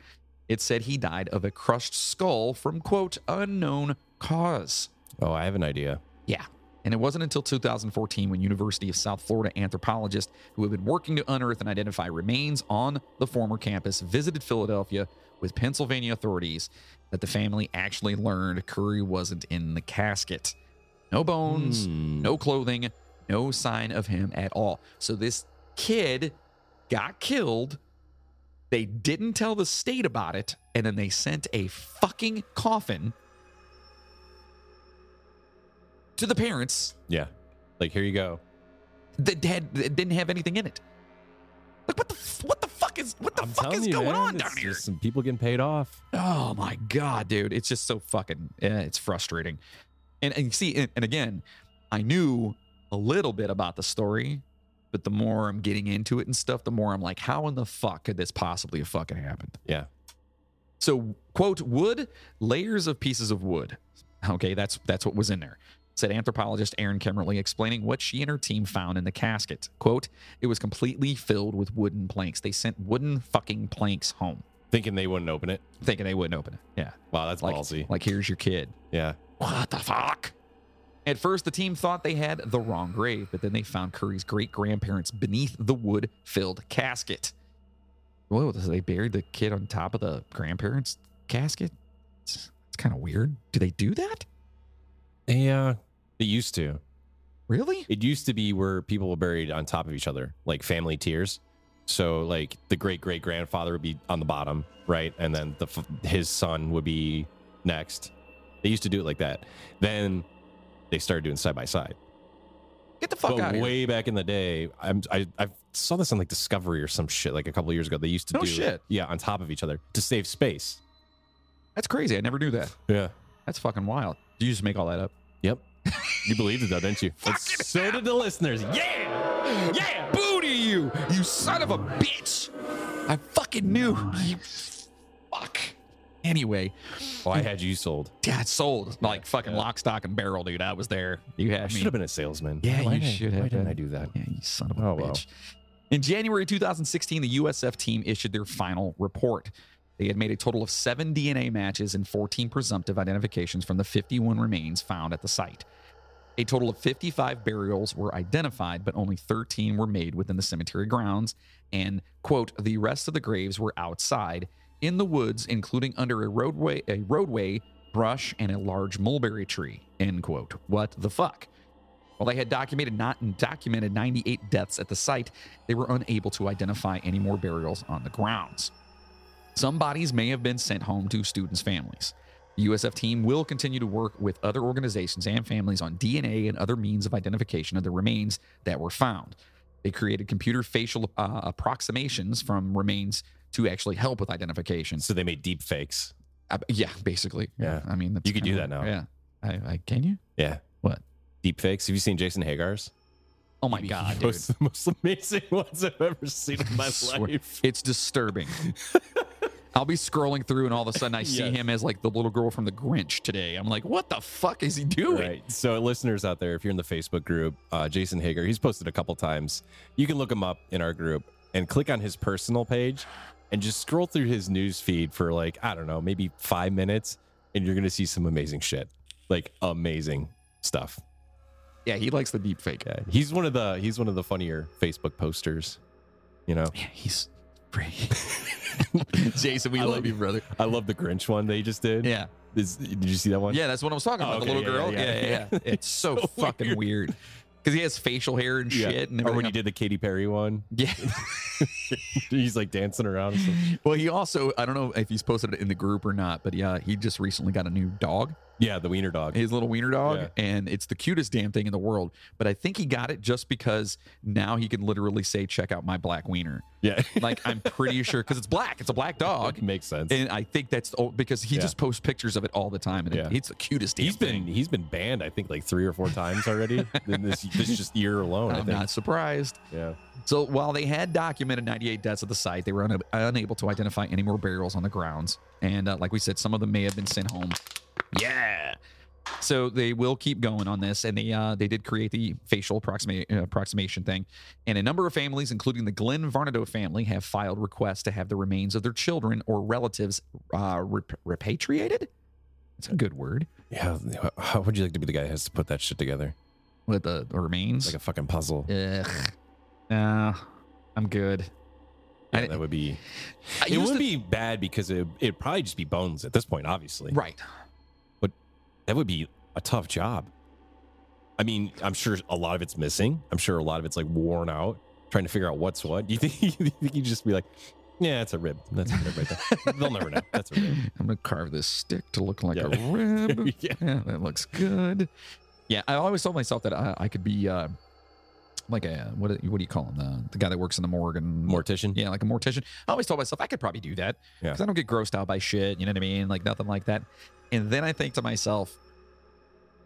B: It said he died of a crushed skull from, quote, unknown cause.
C: Oh, I have an idea.
B: Yeah. And it wasn't until 2014 when University of South Florida anthropologists who had been working to unearth and identify remains on the former campus visited Philadelphia with Pennsylvania authorities that the family actually learned Curry wasn't in the casket. No bones,
C: Hmm.
B: no clothing, no sign of him at all. So this kid got killed. They didn't tell the state about it, and then they sent a fucking coffin to the parents
C: Yeah. Like here you go.
B: that had that didn't have anything in it. Like what the f- what the fuck is what the
C: I'm
B: fuck
C: telling
B: is
C: you,
B: going
C: man,
B: on
C: it's
B: down here?
C: just some people getting paid off.
B: Oh my god, dude, it's just so fucking. eh, It's frustrating, and and you see, and, and again, I knew a little bit about the story, but the more I'm getting into it and stuff, the more I'm like, how in the fuck could this possibly have fucking happened?
C: Yeah.
B: So, quote, wood, layers of pieces of wood. Okay, that's that's what was in there. Said anthropologist Erin Kimberly explaining what she and her team found in the casket. Quote, it was completely filled with wooden planks. They sent wooden fucking planks home,
C: Thinking they wouldn't open it.
B: thinking they wouldn't open it. Yeah.
C: Wow, that's
B: Like,
C: ballsy.
B: like here's your kid.
C: yeah.
B: What the fuck? At first, the team thought they had the wrong grave, but then they found Curry's great grandparents beneath the wood filled casket. Whoa, so they buried the kid on top of the grandparents' casket? It's, it's kind of weird. Do they do that?
C: Yeah. It uh, used to.
B: Really?
C: It used to be where people were buried on top of each other, like family tiers. So, like the great great grandfather would be on the bottom, right, and then the f- his son would be next. They used to do it like that. Then they started doing side by side.
B: Get the fuck out
C: but
B: of here.
C: way back in the day, I'm, I I saw this on like Discovery or some shit like a couple of years ago. They used to
B: No
C: do
B: shit.
C: yeah, on top of each other to save space.
B: That's crazy. I never knew that.
C: Yeah.
B: That's fucking wild. Did you just make all that up?
C: Yep. You believed it though, didn't you? And
B: Fucking
C: so did the listeners. Yeah. Yeah.
B: Booty you, you son of a bitch! I fucking knew. You fuck. Anyway,
C: Oh, I had you sold.
B: God, sold like fucking lock, stock, and barrel, dude. I was there. You
C: I
B: had
C: should
B: me.
C: have been a salesman.
B: Yeah,
C: Why
B: you
C: did I-
B: should have
C: Why didn't
B: been.
C: I do that?
B: Yeah, you son of a
C: Oh,
B: bitch.
C: well.
B: In January 2016, the USF team issued their final report. They had made a total of seven DNA matches and 14 presumptive identifications from the 51 remains found at the site. A total of 55 burials were identified, but only 13 were made within the cemetery grounds. And, quote, the rest of the graves were outside in the woods, including under a roadway, a roadway, brush, and a large mulberry tree, end quote. What the fuck? While they had documented not documented 98 deaths at the site, they were unable to identify any more burials on the grounds. Some bodies may have been sent home to students' families. The USF team will continue to work with other organizations and families on DNA and other means of identification of the remains that were found. They created computer facial uh, approximations from remains to actually help with identification.
C: So they made deep fakes.
B: Uh, yeah, basically.
C: Yeah.
B: I mean, that's
C: You could do
B: kinda-
C: that now.
B: Yeah. I, I, can you?
C: Yeah.
B: What?
C: Deep fakes. Have you seen Jason Hagar's?
B: Oh my God, dude.
C: Those are the most amazing ones I've ever seen in my
B: Swear.
C: life.
B: It's disturbing. I'll be scrolling through, and all of a sudden, I see
C: Yes.
B: him as like the little girl from The Grinch today. I'm like, what the fuck is he doing?
C: Right. So, listeners out there, if you're in the Facebook group, uh, Jason Hager, he's posted a couple times. You can look him up in our group and click on his personal page and just scroll through his news feed for like, I don't know, maybe five minutes, and you're going to see some amazing shit. Like, amazing stuff.
B: Yeah, he likes the deep fake.
C: Yeah. He's one of the he's one of the funnier Facebook posters. You know,
B: Yeah, he's great. Jason, we
C: I
B: love
C: like-
B: you, brother.
C: I love the Grinch one they just did.
B: Yeah.
C: Is, did you see that one?
B: Yeah, that's what I was talking
C: Oh,
B: about.
C: okay,
B: the little
C: yeah,
B: girl.
C: yeah, yeah, yeah.
B: It's so, fucking weird. Because he has facial hair and
C: Yeah. Oh,
B: shit. And
C: Or when he
B: everything.
C: did the Katy Perry one,
B: Yeah.
C: he's like dancing around. and stuff.
B: well, he also, I don't know if he's posted it in the group or not, but yeah, he just recently got a new dog.
C: Yeah, the wiener dog.
B: his little wiener dog,
C: Yeah.
B: and it's the cutest damn thing in the world. But I think he got it just because now he can literally say, "Check out my black wiener."
C: yeah,
B: Like I'm pretty sure because it's black, it's a black dog,
C: makes sense.
B: and I think that's oh, because he
C: Yeah.
B: just posts pictures of it all the time, and it-
C: Yeah.
B: it's the cutest damn
C: He's been
B: thing.
C: he's been banned, I think, like three or four times already. in this this just year alone, i
B: I'm
C: think.
B: not surprised.
C: Yeah,
B: So while they had documented 98 deaths at the site, they were una- unable to identify any more burials on the grounds. And uh, like we said, some of them may have been sent home. Yeah. So they will keep going on this, and they uh, they did create the facial approxima- uh, approximation thing, and a number of families, including the Glenn Varnado family, have filed requests to have the remains of their children or relatives uh, rep- repatriated. That's a good word.
C: yeah. How would you like to be the guy that has to put that shit together?
B: with the remains.
C: Like a fucking puzzle.
B: Ugh. No, I'm good.
C: Yeah,
B: I-
C: that would be.
B: I
C: It
B: used
C: would
B: to-
C: be bad because it it'd probably just be bones at this point. Obviously,
B: right.
C: that would be a tough job. I mean, I'm sure a lot of it's missing. I'm sure a lot of it's like worn out. Trying to figure out what's what. You think you think you just be like, yeah, it's a rib. That's a rib right there. They'll never know. That's a rib.
B: I'm gonna carve this stick to look like
C: Yeah.
B: a rib.
C: Yeah.
B: yeah, that looks good. Yeah, I always told myself that I, I could be uh, like a what? do- What do you call him? The, the guy that works in the morgue
C: Mm.
B: and
C: Mortician.
B: Yeah, like a mortician. I always told myself I could probably do that
C: Yeah.
B: because I don't get grossed out by shit. You know what I mean? Like nothing like that. And then I think to myself,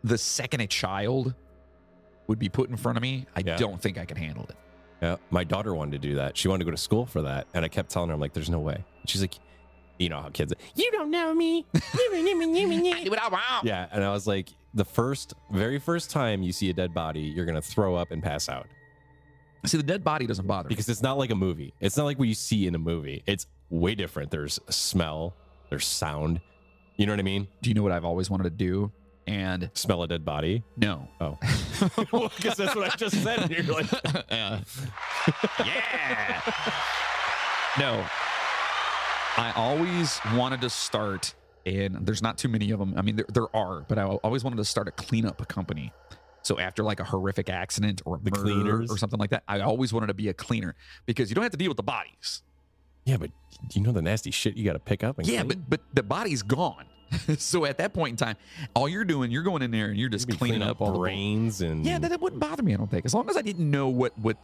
B: the second a child would be put in front of me, I
C: Yeah.
B: don't think I can handle it.
C: Yeah, my daughter wanted to do that. She wanted to go to school for that, and I kept telling her, "I'm like, there's no way." And she's like, "You know how kids? You don't know me." yeah, and I was like, the first, very first time you see a dead body, you're gonna throw up and pass out
B: See, the dead body doesn't bother me.
C: because it's not like a movie. It's not like what you see in a movie. It's way different. There's smell. There's sound. You know what I mean?
B: Do you know what I've always wanted to do? And
C: Smell a dead body.
B: no.
C: Oh, because that's what I just said. And you're like,
B: Uh, yeah. No. I always wanted to start, and there's not too many of them. I mean, there, there are, but I always wanted to start a cleanup company. So after like a horrific accident or a
C: The
B: murder
C: cleaners.
B: or something like that, I always wanted to be a cleaner because you don't have to deal with the bodies.
C: yeah, but you know the nasty shit you got to pick up. And
B: Yeah,
C: clean?
B: but but the body's gone. so at that point in time, all you're doing, you're going in there and you're just
C: You'd be
B: cleaning up all the brain.
C: brains and
B: Yeah, that, that wouldn't bother me. I don't think, as long as I didn't know what what,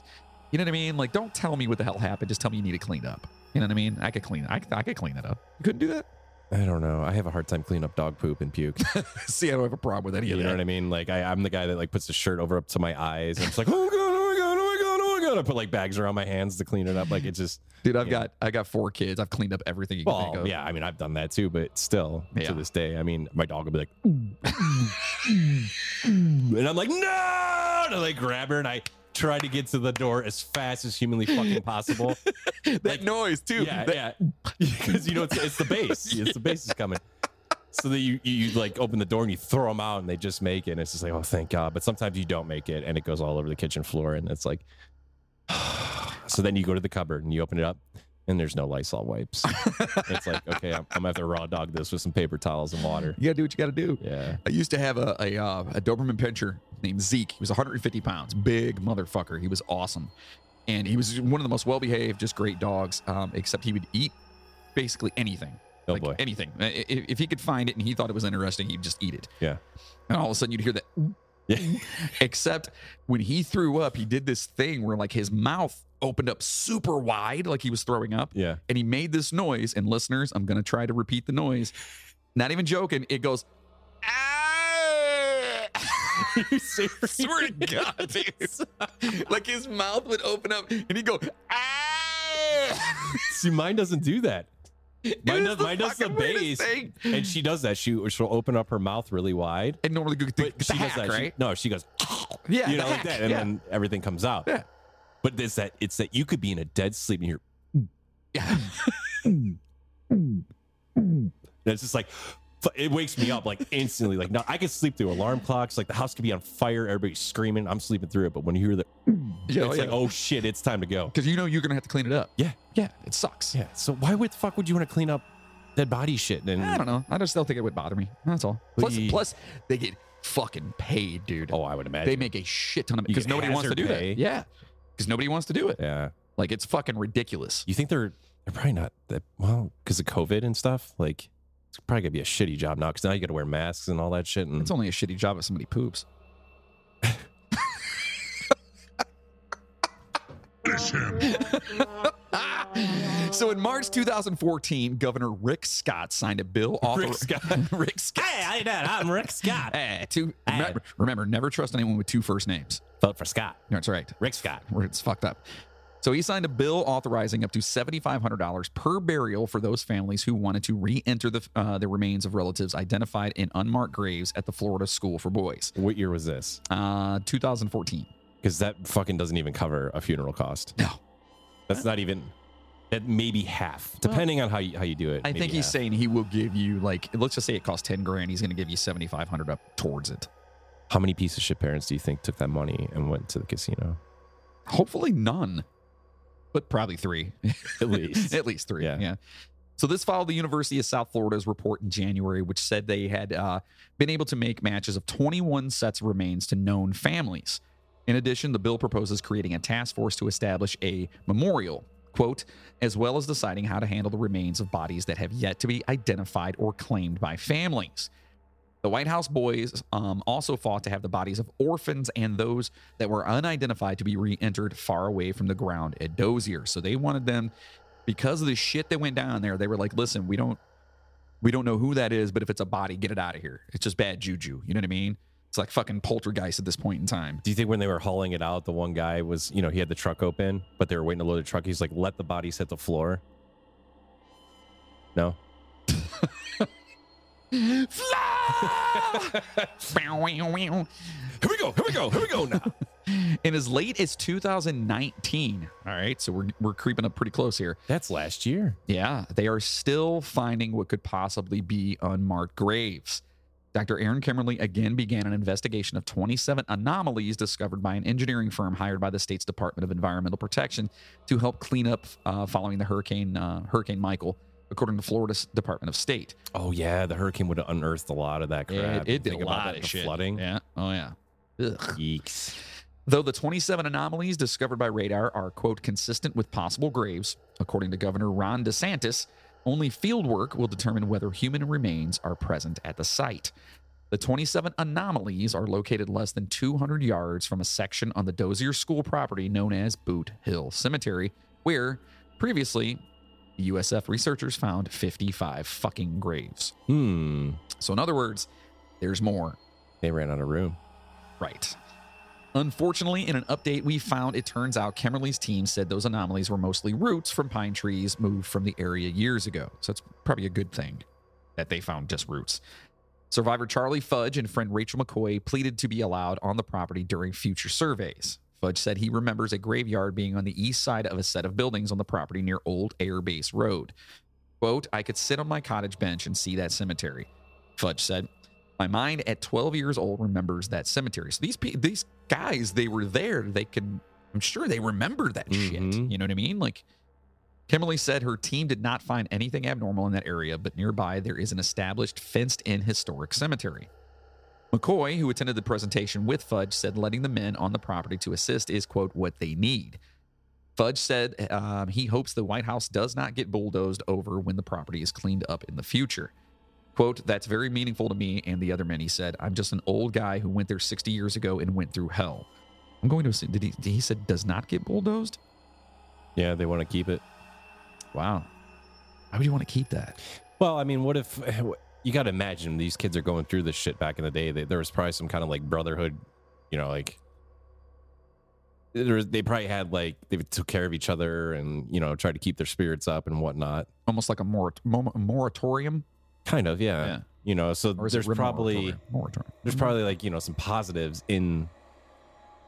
B: you know what I mean. Like, don't tell me what the hell happened. Just tell me you need it cleaned up. You know what I mean? I could clean. I could- I could clean that up. You couldn't do that.
C: I don't know. I have a hard time cleaning up dog poop and puke.
B: See, I don't have a problem with any
C: You
B: of
C: know
B: that.
C: what I mean? Like I, I'm the guy that like puts the shirt over up to my eyes. And I'm just like, oh my god, oh my god, oh my god, oh my god. I put like bags around my hands to clean it up. Like it's just,
B: Dude, I've
C: Yeah.
B: got I got four kids. I've cleaned up everything you can think
C: well,
B: of.
C: yeah. I mean, I've done that too, but still
B: Yeah.
C: to this day, I mean, my dog will be like, and I'm like, no, and I like grab her and I try to get to the door as fast as humanly fucking possible.
B: that noise too.
C: yeah,
B: That-
C: yeah. Because you know it's, it's the bass. It's the bass is coming. So that you, you you, like open the door and you throw them out and they just make it. And it's just like oh thank God. But sometimes you don't make it and it goes all over the kitchen floor and it's like. so then you go to the cupboard and you open it up and there's no Lysol wipes. it's like okay, I'm, I'm gonna have to raw dog this with some paper towels and water.
B: You gotta do what you gotta do.
C: Yeah.
B: I used to have a a, uh, a Doberman pincher named Zeke. He was 150 pounds, big motherfucker. He was awesome, and he was one of the most well-behaved, just great dogs. Um, except he would eat basically anything.
C: Oh
B: like eh,
C: boy.
B: anything. I- i- If, he could find it and he thought it was interesting, he'd just eat it.
C: Yeah.
B: And all of a sudden, you'd hear that.
C: Yeah.
B: Except when he threw up, he did this thing where like his mouth opened up super wide, like he was throwing up,
C: Yeah.
B: and he made this noise. And listeners, I'm gonna try to repeat the noise. Not even joking. It goes. "Ah." Swear to God, dude. like his mouth would open up and he'd go. "Ah."
C: See, mine doesn't do that.
B: It
C: Mine
B: was
C: does- mine does the
B: fucking weirdest
C: bass.
B: thing.
C: And she does that. She she'll open up her mouth really wide.
B: and normally go the,
C: But she
B: hack,
C: does that. She-
B: right?
C: no, she goes.
B: yeah,
C: you
B: the
C: know, like
B: hack,
C: that, and
B: yeah.
C: then everything comes out.
B: Yeah.
C: But it's that it's that you could be in a dead sleep and you hear,
B: yeah.
C: and it's just like f- it wakes me up like instantly. Like now I could sleep through alarm clocks. Like the house could be on fire, everybody's screaming. I'm sleeping through it, but when you hear the,
B: yeah,
C: it's like oh shit, it's time to go.
B: because you know you're gonna have to clean it up.
C: Yeah.
B: yeah, it sucks.
C: Yeah. So why would the fuck would you want to clean up dead body shit? And
B: I don't know. I just don't think it would bother me. That's all.
C: But
B: Plus,
C: you-
B: plus they get fucking paid, dude.
C: oh, I would imagine
B: they make a shit ton of
C: You
B: because
C: get
B: nobody wants to do
C: hazard pay.
B: that. Yeah, because nobody wants to do it.
C: Yeah.
B: Like it's fucking ridiculous.
C: You think they're they're probably not that well because of COVID and stuff. Like it's probably gonna be a shitty job now because now you got to wear masks and all that shit. And
B: It's only a shitty job if somebody poops. so in March 2014, Governor Rick Scott signed a bill author-
C: Rick Scott.
B: Rick Scott.
C: Hey, I'm Rick Scott.
B: Eh, two,
C: Hey.
B: remember, remember, never trust anyone with two first names.
C: Vote for Scott.
B: That's right.
C: Rick Scott.
B: Where it's fucked up. So he signed a bill authorizing up to $7,500 per burial for those families who wanted to re enter the, uh, the remains of relatives identified in unmarked graves at the Florida School for Boys.
C: What year was this?
B: Uh, 2014.
C: Because that fucking doesn't even cover a funeral cost.
B: No.
C: That's not even. That maybe half, depending on how you, how you do it.
B: I
C: maybe
B: think he's
C: half.
B: saying he will give you, like, let's just say it costs 10 grand. He's going to give you 7500 up towards it.
C: How many piece of shit parents do you think took that money and went to the casino?
B: Hopefully none, but probably three.
C: At least.
B: At least three. Yeah.
C: Yeah.
B: So this followed the University of South Florida's report in January, which said they had uh, been able to make matches of 21 sets of remains to known families. In addition, the bill proposes creating a task force to establish a memorial, quote, as well as deciding how to handle the remains of bodies that have yet to be identified or claimed by families. The White House boys um, also fought to have the bodies of orphans and those that were unidentified to be re entered far away from the ground at Dozier. So they wanted them, because of the shit that went down there, they were like, listen, we don't. We don't know who that is, but if it's a body, get it out of here. It's just bad juju. You know what I mean? It's like fucking poltergeist at this point in time.
C: Do you think when they were hauling it out, the one guy was, you know, he had the truck open, but they were waiting to load the truck. He's like, let the bodies hit the floor. No?
B: Fly!
C: Here we go. Here we go. Here we go now.
B: and as late as 2019, all right, so we're, we're creeping up pretty close here.
C: That's last year.
B: Yeah, they are still finding what could possibly be unmarked graves. Dr. Aaron Kimmerly again began an investigation of 27 anomalies discovered by an engineering firm hired by the state's Department of Environmental Protection to help clean up uh, following the hurricane uh, Hurricane Michael, according to Florida's Department of State.
C: Oh, yeah. The hurricane would have unearthed a lot of that crap.
B: It, it did
C: Think
B: a
C: about
B: lot
C: that,
B: of
C: the
B: shit.
C: flooding.
B: Yeah. Oh yeah. Ugh.
C: Yeeks.
B: Though the 27 anomalies discovered by radar are, quote, consistent with possible graves, according to Governor Ron DeSantis, only field work will determine whether human remains are present at the site. The 27 anomalies are located less than 200 yards from a section on the Dozier School property known as Boot Hill Cemetery, where previously USF researchers found 55 fucking graves.
C: Hmm.
B: So, in other words, there's more.
C: They ran out of room.
B: Right. Unfortunately, in an update we found, it turns out Kemmerly's team said those anomalies were mostly roots from pine trees moved from the area years ago. So it's probably a good thing that they found just roots. Survivor Charlie Fudge and friend Rachel McCoy pleaded to be allowed on the property during future surveys. Fudge said he remembers a graveyard being on the east side of a set of buildings on the property near Old Air Base Road. Quote, I could sit on my cottage bench and see that cemetery, Fudge said. My mind at 12 years old remembers that cemetery. So these pe- these guys, they were there. They could, I'm sure they remember that shit.
C: Mhm.
B: You know what I mean? Like, Kimberly said her team did not find anything abnormal in that area, but nearby there is an established fenced in historic cemetery. McCoy, who attended the presentation with Fudge, said letting the men on the property to assist is, quote, what they need. Fudge said um, he hopes the White House does not get bulldozed over when the property is cleaned up in the future. Quote, that's very meaningful to me and the other men, he said. I'm just an old guy who went there 60 years ago and went through hell. I'm going to assume, did he, he said does not get bulldozed?
C: Yeah, they want to keep it.
B: Wow. Why would you want to keep that?
C: Well, I mean, what if you got to imagine these kids are going through this shit back in the day? That there was probably some kind of like brotherhood, you know, like there was, they probably had like they took care of each other and you know tried to keep their spirits up and whatnot.
B: Almost like a mor- mor- moratorium?
C: Kind of, yeah.
B: Yeah.
C: You know, so
B: Or is it
C: there's
B: rim
C: probably
B: moratorium? moratorium.
C: there's probably like you know some positives in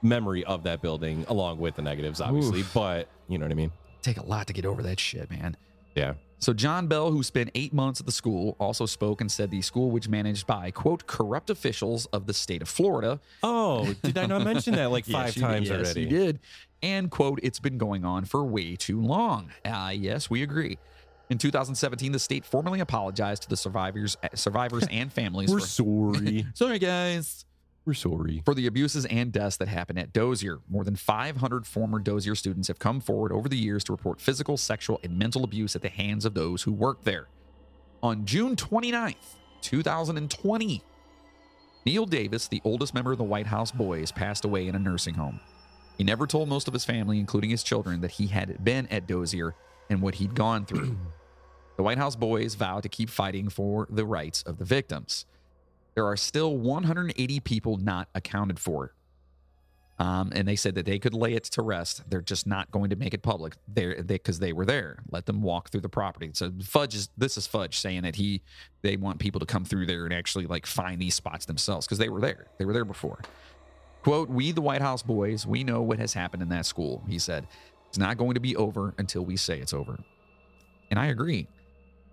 C: memory of that building along with the negatives, obviously. But you know what I mean?
B: take a lot to get over that shit, man.
C: Yeah.
B: So John Bell, who spent eight months at the school, also spoke and said the school, which managed by quote corrupt officials of the state of Florida,
C: Oh, did I not mention that like
B: Yes,
C: five
B: you-
C: times
B: yes,
C: already?
B: You did. And quote, it's been going on for way too long. Ah, yes, we agree. In 2017, the state formally apologized to the survivors, eh, survivors and families.
C: We're
B: for-
C: sorry.
B: Sorry, guys
C: We're sorry.
B: for the abuses and deaths that happened at Dozier. More than 500 former Dozier students have come forward over the years to report physical, sexual, and mental abuse at the hands of those who worked there. On June 29th, 2020, Neil Davis, the oldest member of the White House boys, passed away in a nursing home. He never told most of his family, including his children, that he had been at Dozier and what he'd gone through. the White House boys vowed to keep fighting for the rights of the victims there are still 180 people not accounted for. Um, and they said that they could lay it to rest. They're just not going to make it public there because they, were there. Let them walk through the property. So Fudge is this is Fudge saying that he they want people to come through there and actually like find these spots themselves because they were there. They were there before. Quote, we the White House boys, we know what has happened in that school, he said. It's not going to be over until we say it's over. And I agree.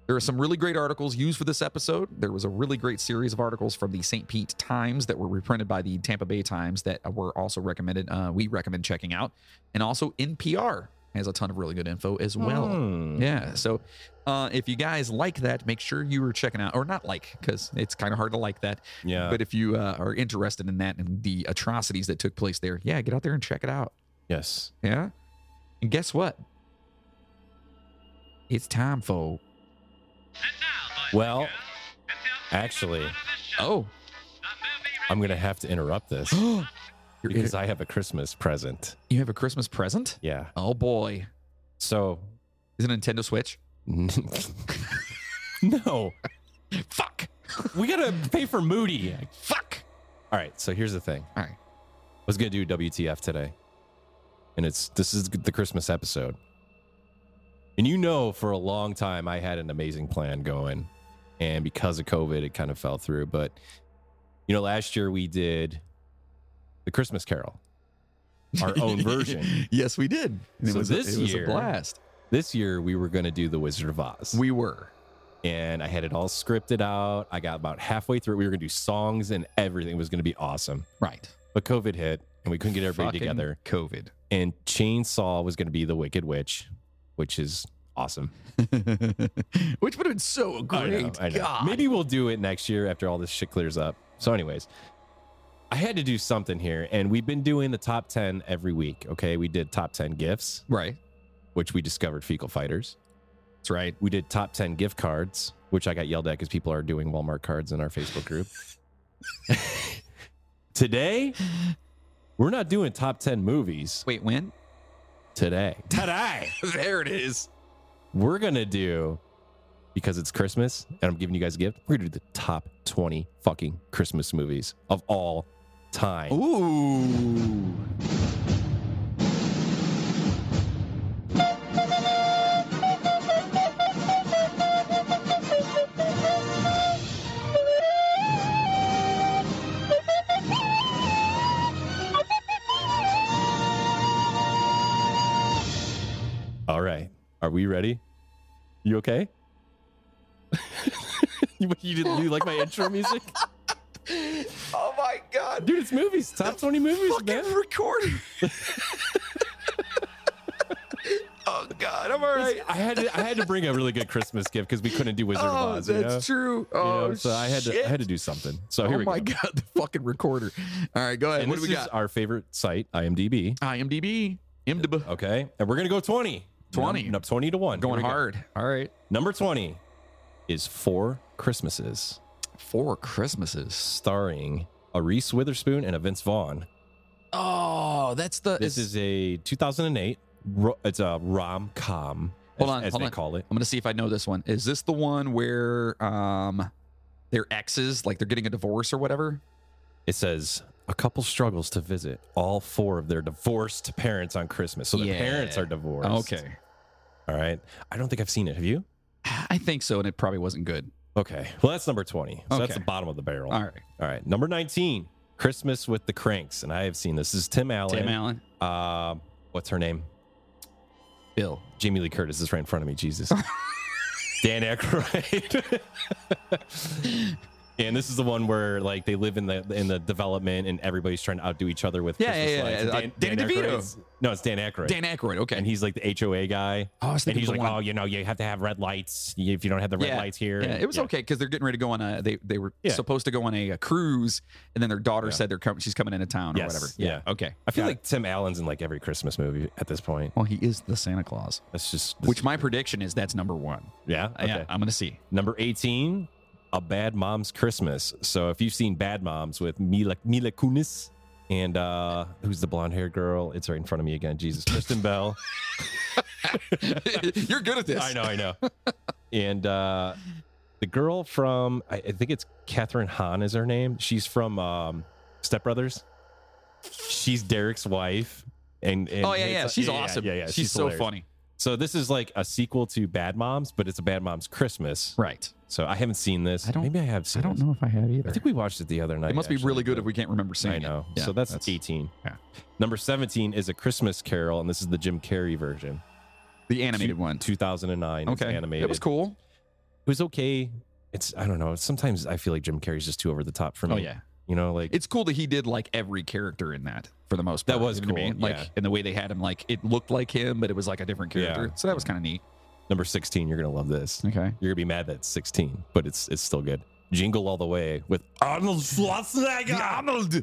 B: There are some really great articles used for this episode. There was a really great series of articles from the St. Pete Times that were reprinted by the Tampa Bay Times that were also recommended. Uh, we recommend checking out. And also NPR has a ton of really good info as well.
C: Hmm.
B: Yeah. So uh, if you guys like that, make sure you are checking out, or not like, because it's kind of hard to like that.
C: Yeah.
B: But if you uh, are interested in that and the atrocities that took place there, yeah, get out there and check it out.
C: yes.
B: Yeah. And guess what? It's time for.
C: Well, actually,
B: Oh,
C: I'm going to have to interrupt this
B: You're
C: because I have a Christmas present.
B: you have a Christmas present?
C: Yeah.
B: Oh boy.
C: So,
B: Is it a Nintendo Switch?
C: no,
B: Fuck.
C: we got to pay for Moody.
B: Fuck.
C: All right. So, here's the thing.
B: All right.
C: I was going to do WTF today. And it's this is the Christmas episode. And you know, for a long time, I had an amazing plan going. And because of COVID, it kind of fell through. But, you know, last year we did the Christmas Carol, our own version.
B: yes, we did. And
C: So
B: a-
C: this
B: it was
C: year-
B: a blast.
C: This year we were going to do The Wizard of Oz.
B: We were.
C: and I had it all scripted out. I got about halfway through. it. We were going to do songs and everything It was going to be awesome.
B: Right.
C: But COVID hit and we couldn't get everybody
B: Fucking
C: together.
B: COVID.
C: And Chainsaw was going to be The Wicked Witch, which is awesome.
B: Which would have been so great.
C: I know, I know.
B: God.
C: Maybe we'll do it next year after all this shit clears up. So, anyways, I had to do something here. And we've been doing the top 10 every week. Okay. We did top 10 gifts,
B: Right.
C: which we discovered fecal fighters.
B: That's right.
C: We did top 10 gift cards, which I got yelled at because people are doing Walmart cards in our Facebook group. today, we're not doing top 10 movies
B: Wait, when?
C: today.
B: Today. there it is.
C: We're going to do, because it's Christmas and I'm giving you guys a gift, we're going to do the top 20 fucking Christmas movies of all time.
B: Ooh.
C: All right. Are we ready? You okay? you, you didn't you like my intro music?
B: Oh my god.
C: Dude, it's movies. Top 20 movies, man.
B: Fucking recorder. oh god, I'm alright.
C: I had to, I had to bring a really good Christmas gift because we couldn't do Wizard of
B: Oh,
C: Oz. you know?
B: that's true.
C: You
B: Oh,
C: know, so I had to I
B: shit.
C: had to do something. So
B: oh
C: here we
B: my
C: go.
B: god, the fucking recorder. All right, go ahead.
C: And
B: what do
C: this
B: we
C: is
B: got?
C: our favorite site, IMDb.
B: IMDb. IMDb.
C: Okay, and we're gonna go twenty.
B: 20.
C: Num- num- twenty to one. Here
B: Going
C: we go.
B: hard. All right.
C: Number twenty is Four Christmases,
B: Four Christmases.
C: starring a Reese Witherspoon and a Vince Vaughn.
B: Oh, that's the.
C: This is a 2008. ro- It's a rom com.
B: Hold
C: as,
B: on,
C: as
B: hold
C: they
B: on.
C: call it.
B: I'm gonna see if I know this one. Is this the one where um, their exes, like they're getting a divorce or whatever?
C: It says a couple struggles to visit all four of their divorced parents on Christmas. So the
B: Yeah.
C: parents are divorced. All right. I don't think I've seen it. Have you?
B: I think so, and it probably wasn't good.
C: Okay. Well, that's number 20. So that's
B: Okay.
C: the bottom of the barrel.
B: All right,
C: All right. Number 19, Christmas with the Cranks. And I have seen this. This is Tim Allen.
B: Tim Allen,
C: Uh, what's her name?
B: Bill.
C: Jamie Lee Curtis is right in front of me. Jesus. Dan Aykroyd. and this is the one where like they live in the in the development and everybody's trying to outdo each other with
B: Yeah,
C: Christmas
B: yeah, yeah,
C: lights. And
B: yeah. Uh, Danny DeVito.
C: Aykroyd's- No, it's Dan Aykroyd.
B: Dan Aykroyd. Okay.
C: and he's like the HOA guy.
B: oh, I was
C: And
B: thinking
C: he's
B: the
C: like,
B: one-
C: oh, you know, you have to have red lights. If you don't have the red
B: Yeah.
C: lights here,
B: Yeah,
C: and-
B: it was
C: yeah.
B: okay because they're getting ready to go on a. They they were
C: Yeah.
B: supposed to go on a, a cruise, and then their daughter
C: Yeah.
B: said they're coming. She's coming into town or
C: Yes,
B: whatever.
C: yeah.
B: Okay.
C: I feel
B: Got it.
C: like Tim Allen's in like every Christmas movie at this point.
B: Well, he is the Santa Claus,
C: That's just that's-
B: which my prediction is that's number one.
C: yeah.
B: Uh,
C: Okay.
B: Yeah, I'm gonna see.
C: Number eighteen, a bad mom's Christmas. So if you've seen Bad Moms with Mila Mila Kunis and uh who's the blonde haired girl? It's right in front of me again. Jesus, Kristen Bell.
B: You're good at this.
C: I know, I know. and uh the girl from I, I think it's Catherine Hahn is her name. She's from um Step Brothers. She's Derek's wife. And, and
B: Oh yeah, yeah,
C: it's-
B: she's awesome.
C: Yeah, yeah,
B: she's, so
C: hilarious.
B: funny.
C: So this is like a sequel to Bad Moms, but it's a Bad Moms Christmas.
B: Right.
C: So I haven't seen this.
B: I don't-
C: Maybe I have seen. this.
B: if I have either.
C: I think we watched it the other night.
B: it must be
C: actually,
B: really good
C: but
B: if we can't remember seeing
C: I know.
B: it. Yeah,
C: so that's, 18.
B: yeah.
C: Number 17 is a Christmas Carol, and this is the Jim Carrey version,
B: the animated one.
C: 2009. It's
B: Okay.
C: animated.
B: It was cool.
C: It was okay. It's I don't know. Sometimes I feel like Jim Carrey's just too over the top for me.
B: Oh yeah,
C: you know, like
B: it's cool that he did like every character in that for the most
C: That
B: part.
C: was
B: you know what I
C: cool,
B: mean? Like,
C: yeah.
B: and the way they had him, like it looked like him, but it was like a different character.
C: Yeah.
B: So that was kind of neat.
C: number sixteen. You're gonna love this.
B: Okay.
C: You're gonna be mad that it's sixteen, but it's it's still good. Jingle all the way with Arnold Schwarzenegger.
B: Arnold.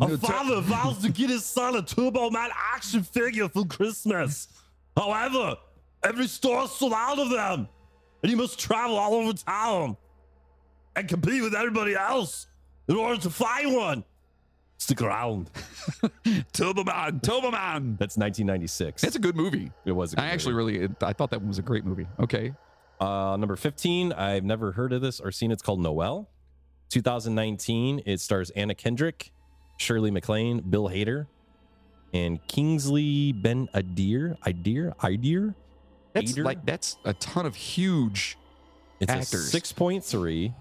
C: A father vows to get his son a Turbo Man action figure for Christmas. However, every store is sold out of them, and he must travel all over town and compete with everybody else in order to find one. Stick around.
B: Turboman. Turboman.
C: That's 1996.
B: That's a good movie.
C: it was. a
B: I
C: good
B: actually
C: movie.
B: really, I thought that one was a great movie. Okay.
C: uh, number 15. I've never heard of this or seen. it. It's called Noel. 2019. It stars Anna Kendrick, Shirley MacLaine, Bill Hader, and Kingsley Ben Adir. Adir. Adir.
B: That's
C: Ader?
B: like that's a ton of huge.
C: It's
B: Actors.
C: a 6.3.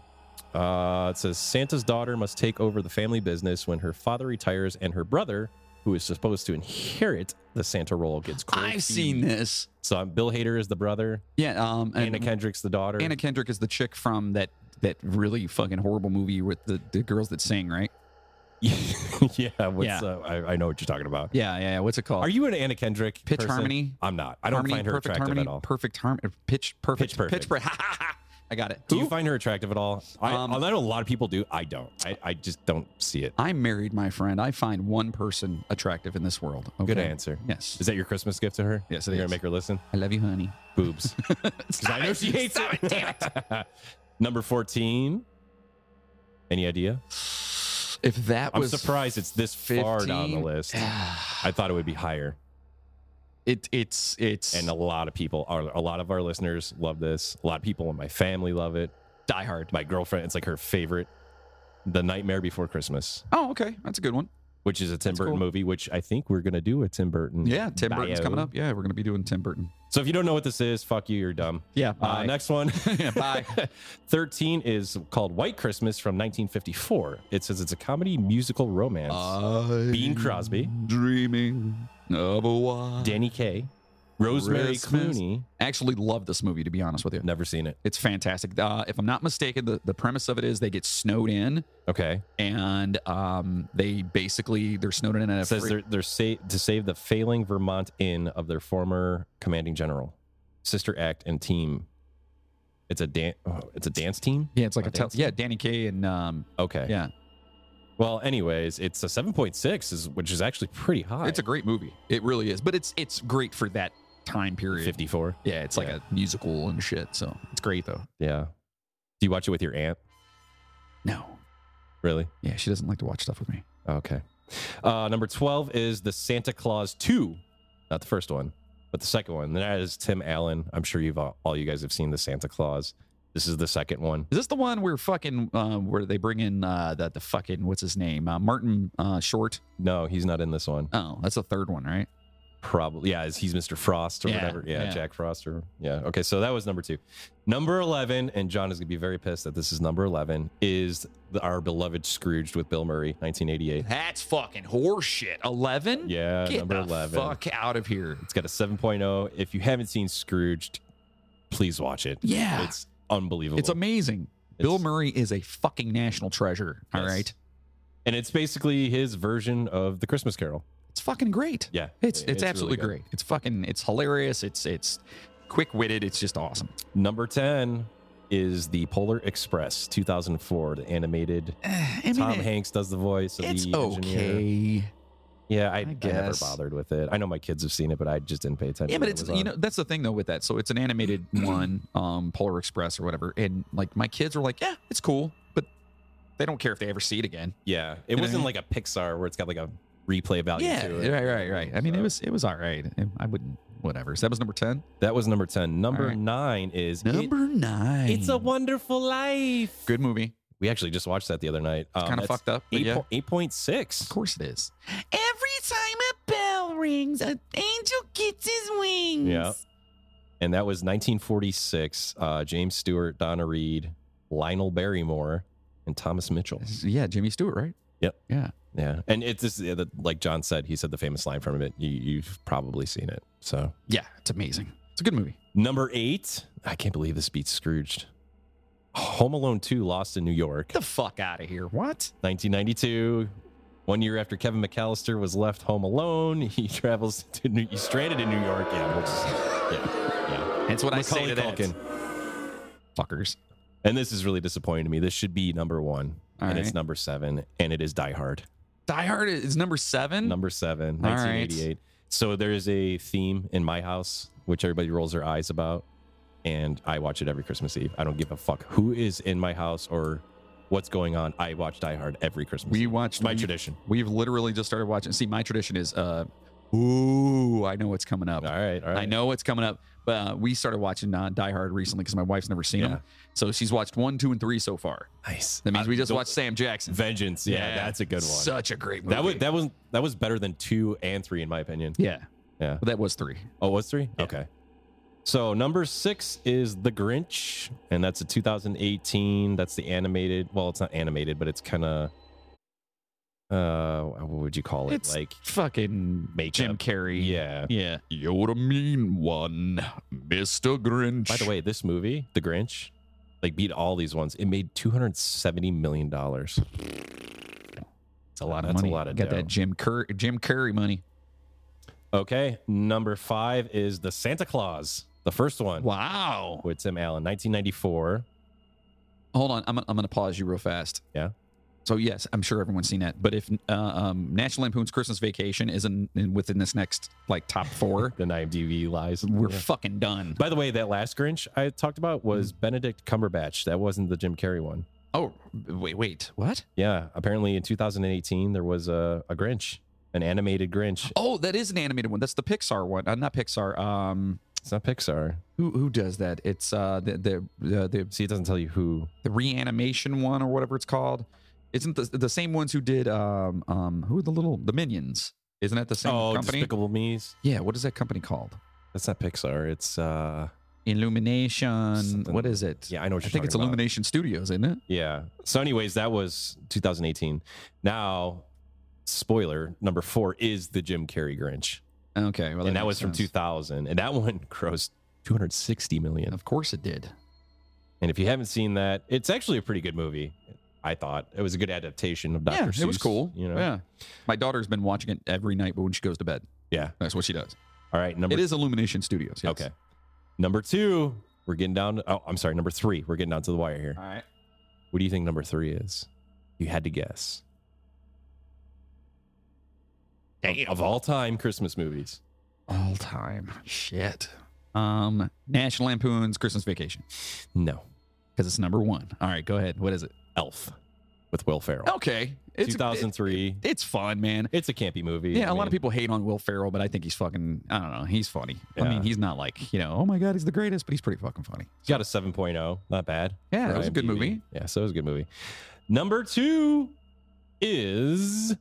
C: Uh, it says Santa's daughter must take over the family business when her father retires and her brother, who is supposed to inherit the Santa role, gets cold
B: I've seen this.
C: So um, Bill Hader is the brother,
B: Yeah. Um. And
C: Anna Kendrick's the daughter.
B: Anna Kendrick is the chick from that that really fucking horrible movie with the, the girls that sing, right?
C: yeah, what's,
B: Yeah.
C: Uh, I, I know what you're talking about.
B: Yeah. Yeah. yeah. What's it called?
C: Are you an Anna Kendrick?
B: Pitch
C: person?
B: Harmony?
C: I'm not. I don't
B: harmony,
C: find her
B: perfect
C: attractive
B: harmony,
C: at all.
B: Perfect harmony. Pitch perfect.
C: Pitch perfect.
B: Pitch perfect. Ha, ha, ha. I got it.
C: Do you
B: Who?
C: find her attractive at all? I,
B: Um,
C: I know a lot of people do. I don't. I, I just don't see it.
B: I'm married, my friend. I find one person attractive in this world. Okay?
C: Good answer.
B: Yes.
C: Is that your Christmas gift to her?
B: Yes, it is.
C: You're gonna make her listen.
B: I love you, honey.
C: Boobs.
B: Because
C: I know she hates it. Number 14. Any idea?
B: If that
C: I'm
B: was
C: surprised it's this far down the
B: 15.
C: list. I thought it would be higher.
B: it it's it's
C: And a lot of people are a lot of our listeners love this. A lot of people in my family love it. Die Hard. My girlfriend, it's like her favorite. The Nightmare Before Christmas,
B: oh okay, that's a good one.
C: which is a Tim
B: That's
C: Burton
B: cool.
C: movie, which I think we're gonna do a Tim Burton.
B: Yeah, Tim Burton's
C: Mm. bio.
B: coming up. Yeah, we're gonna be doing Tim Burton.
C: So if you don't know what this is, fuck you, you're dumb.
B: Yeah,
C: Uh,
B: bye.
C: next one.
B: Yeah, bye.
C: 13 is called White Christmas from 1954. It says it's a comedy musical romance.
B: Uh,
C: Bing Crosby.
B: dreaming of a white.
C: Danny Kaye, Rosemary
B: Christmas.
C: Clooney.
B: Actually, love this movie. To be honest with you,
C: Never seen it.
B: it's fantastic. Uh, if I'm not mistaken, the, the premise of it is they get snowed in,
C: Okay.
B: and um, they basically they're snowed in. At
C: It
B: a
C: says
B: free-
C: they're they're sa- to save the failing Vermont Inn of their former commanding general, sister act and team. It's a dance. Oh, it's a dance team.
B: yeah, it's like
C: I
B: a tel-
C: think so.
B: yeah, Danny Kaye and um,
C: Okay.
B: yeah,
C: Well, anyways, it's a seven point six, is which is actually pretty high.
B: it's a great movie. It really is, but it's it's great for that time period.
C: fifty four.
B: Yeah, it's like
C: Yeah.
B: a musical and shit. So it's great though.
C: Yeah. Do you watch it with your aunt?
B: No,
C: Really? Oh,
B: yeah, she doesn't like to watch stuff with me.
C: Okay. Uh, number 12 is the Santa Claus 2. Not the first one, but the second one. That is Tim Allen. I'm sure you've all, all you guys have seen the Santa Claus. This is the second one.
B: Is this the one where fucking uh, where they bring in uh, the the fucking what's his name uh, Martin uh, Short?
C: No, he's not in this one.
B: Oh, that's the third one, right?
C: Probably. Yeah, is he's Mr. Frost or
B: Yeah,
C: whatever. Yeah,
B: yeah.
C: Jack Frost or yeah. Okay, so that was number 2. Number 11 and John is going to be very pissed that this is number 11 is the, our beloved Scrooged with Bill Murray, 1988.
B: That's fucking horseshit. Eleven.
C: Yeah,
B: Get
C: number
B: the
C: 11.
B: fuck out of here.
C: It's got a 7.0. If you haven't seen Scrooged, please watch it.
B: Yeah, it's,
C: It's unbelievable.
B: amazing. Bill
C: It's-
B: Murray is a fucking national treasure. All right,
C: Yes. And it's basically his version of the Christmas Carol.
B: it's fucking great.
C: Yeah.
B: It's it's,
C: really
B: absolutely
C: good.
B: great. It's fucking it's hilarious. It's it's quick witted. It's just awesome.
C: Number 10 is the Polar Express 2004, the animated.
B: I mean,
C: Tom
B: it-
C: Hanks does the voice of
B: it's
C: the engineer.
B: okay.
C: Yeah, I, I, never
B: guess.
C: bothered with it. I know my kids have seen it, but I just didn't pay attention.
B: Yeah,
C: when
B: but
C: it
B: it's
C: was
B: you
C: on.
B: know that's the thing though with that. So it's an animated one, um, Polar Express or whatever, and like my kids are like, yeah, it's cool, but they don't care if they ever see it again.
C: Yeah, it
B: you know-
C: wasn't like a Pixar where it's got like a replay value
B: yeah,
C: to it.
B: right, right, right. I mean, it
C: So-
B: was it was all right. I wouldn't whatever. So that was number ten.
C: That was number 10. Number
B: right.
C: 9 is It-
B: nine.
C: It's a Wonderful Life.
B: good movie.
C: We actually just watched that the other night.
B: It's
C: Um,
B: kind of
C: that's
B: fucked up. But
C: eight
B: yeah,
C: po- 8.6.
B: of course it is. Every time a bell rings, an angel gets his wings.
C: Yeah. and that was 1946. Uh, James Stewart, Donna Reed, Lionel Barrymore, and Thomas Mitchell.
B: Yeah, Jimmy Stewart, right?
C: Yeah, and it's this, yeah, the, like John said, he said the famous line from it. You, you've probably seen it. So
B: Yeah, it's amazing. It's a good movie.
C: Number eight. I can't believe this beats Scrooged. Home Alone 2 Lost in New York,
B: Get the fuck out of here. What?
C: 1992. One year after Kevin McAllister was left home alone, he travels to New, he's stranded in New York. Yeah, we'll just, yeah, yeah.
B: That's what I say to
C: Macaulay
B: that.
C: Culkin.
B: Fuckers.
C: And this is really disappointing to me. This should be number one,
B: All
C: and it's
B: right.
C: number seven, and it is Die Hard.
B: Die Hard is number seven.
C: Number seven,
B: Mm-hmm. All right.
C: 1988. So there is a theme in my house, which everybody rolls their eyes about, and I watch it every Christmas Eve. I don't give a fuck who is in my house or what's going on. I watch Die Hard every Christmas.
B: we
C: Eve.
B: watched
C: It's my
B: we-
C: tradition.
B: We've literally just started watching. See, my tradition is, uh, ooh, I know what's coming up.
C: All right, all right.
B: I know what's coming up. But uh, we started watching uh, Die Hard recently because my wife's never seen
C: Yeah.
B: them, so she's watched one, two, and three so far.
C: Nice.
B: That means
C: Uh,
B: we just
C: the-
B: watched Sam Jackson.
C: Vengeance. Yeah, that's a good one.
B: Such a great movie.
C: that was that was that was better than two and three in my opinion.
B: yeah,
C: Yeah.
B: Well, that was three.
C: Oh, was three? Okay. So number six is The Grinch, and that's a 2018. That's the animated. Well, it's not animated, but it's kind of. Uh, what would you call it?
B: It's
C: like,
B: fucking
C: makeup.
B: Jim Carrey.
C: yeah.
B: yeah. You're a mean one, Mister Grinch.
C: By the way, this movie, The Grinch, like beat all these ones. It made 270 million dollars.
B: it's a lot of
C: that's a
B: money.
C: lot of
B: got
C: dough.
B: that Jim Cur- Jim Carrey money.
C: Okay, number five is the Santa Claus, the first one
B: Wow.
C: with Tim Allen, 1994.
B: Hold on, I'm I'm gonna pause you real fast.
C: Yeah.
B: So yes, I'm sure everyone's seen that. But if uh, um, National Lampoon's Christmas Vacation isn't in, within this next like top four,
C: Then IMDb lies.
B: we're
C: Yeah.
B: fucking done.
C: By the way, that last Grinch I talked about was
B: Mm-hmm.
C: Benedict Cumberbatch. That wasn't the Jim Carrey one.
B: oh wait, wait, what?
C: Yeah, apparently in 2018 there was a, a Grinch, an animated Grinch.
B: Oh, that is an animated one. That's the Pixar one. Uh, not Pixar. Um,
C: It's not Pixar.
B: who who does that? It's uh the the uh, the
C: See, it doesn't tell you who.
B: the reanimation one or whatever it's called. Isn't the the same ones who did um um who are the little the minions? Isn't that the same
C: oh,
B: company?
C: Despicable Me's.
B: yeah, what is that company called?
C: That's not Pixar. It's uh,
B: Illumination.
C: Something-
B: What is it?
C: yeah, I know.
B: I
C: What you're
B: think it's
C: talking about.
B: Illumination Studios, isn't it?
C: Yeah. So, anyways, that was 2018. Now, spoiler number four is the Jim Carrey Grinch,
B: Okay, well,
C: and that
B: makes
C: was from
B: sense.
C: 2000, and that one grossed 260 million.
B: Of course, it did.
C: And if you haven't seen that, it's actually a pretty good movie. I thought it was a good adaptation of Doctor.
B: yeah, it was
C: Seuss,
B: cool.
C: You know,
B: Yeah, my daughter's been watching it every night, but when she goes to bed,
C: Yeah.
B: that's what she does.
C: All right, number
B: it is Illumination Studios. yes.
C: okay. Number two, we're getting down. To, oh, I'm sorry. Number three, we're getting down to the wire here.
B: All right.
C: What do you think number three is? You had to guess. Of, of all time Christmas movies,
B: All time shit. Um, National Lampoon's Christmas Vacation
C: no,
B: because it's number one. All right, go ahead. What is it?
C: Elf with Will Ferrell.
B: Okay, it's
C: 2003.
B: it- it's fun, man.
C: it's a campy movie.
B: Yeah,
C: I
B: a lot of
C: mean,
B: people hate on Will Ferrell, but I think he's fucking. I don't know. He's funny. I mean,
C: Yeah.
B: he's not like you know. Oh my god, he's the greatest, but he's pretty fucking funny.
C: it's got a 7.0. Not bad.
B: Yeah,
C: for
B: it was a good
C: IMDb.
B: movie.
C: Yeah, so it was a good movie. Number two is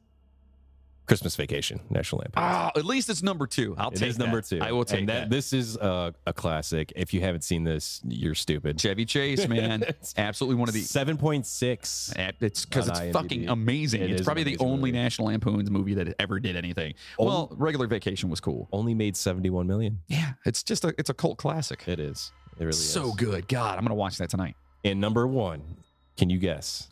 C: Christmas Vacation, National Lampoon.
B: Ah, at least it's number two. I'll
C: It
B: take
C: is number
B: that.
C: two.
B: I will take
C: and
B: that.
C: This is a, a classic. If you haven't seen this, you're stupid.
B: Chevy Chase, man,
C: It's
B: absolutely one of the.
C: Seven point six.
B: It's because
C: on
B: it's
C: IMDb.
B: fucking amazing.
C: It
B: it's
C: is
B: probably
C: an
B: the
C: amazing
B: only
C: movie.
B: National Lampoon's movie that ever did anything.
C: Only-
B: well, Regular Vacation was cool.
C: Only made seventy one million.
B: Yeah, it's just a it's a cult classic.
C: It is. It really is.
B: so good. God, I'm gonna watch that tonight.
C: And number one, can you guess?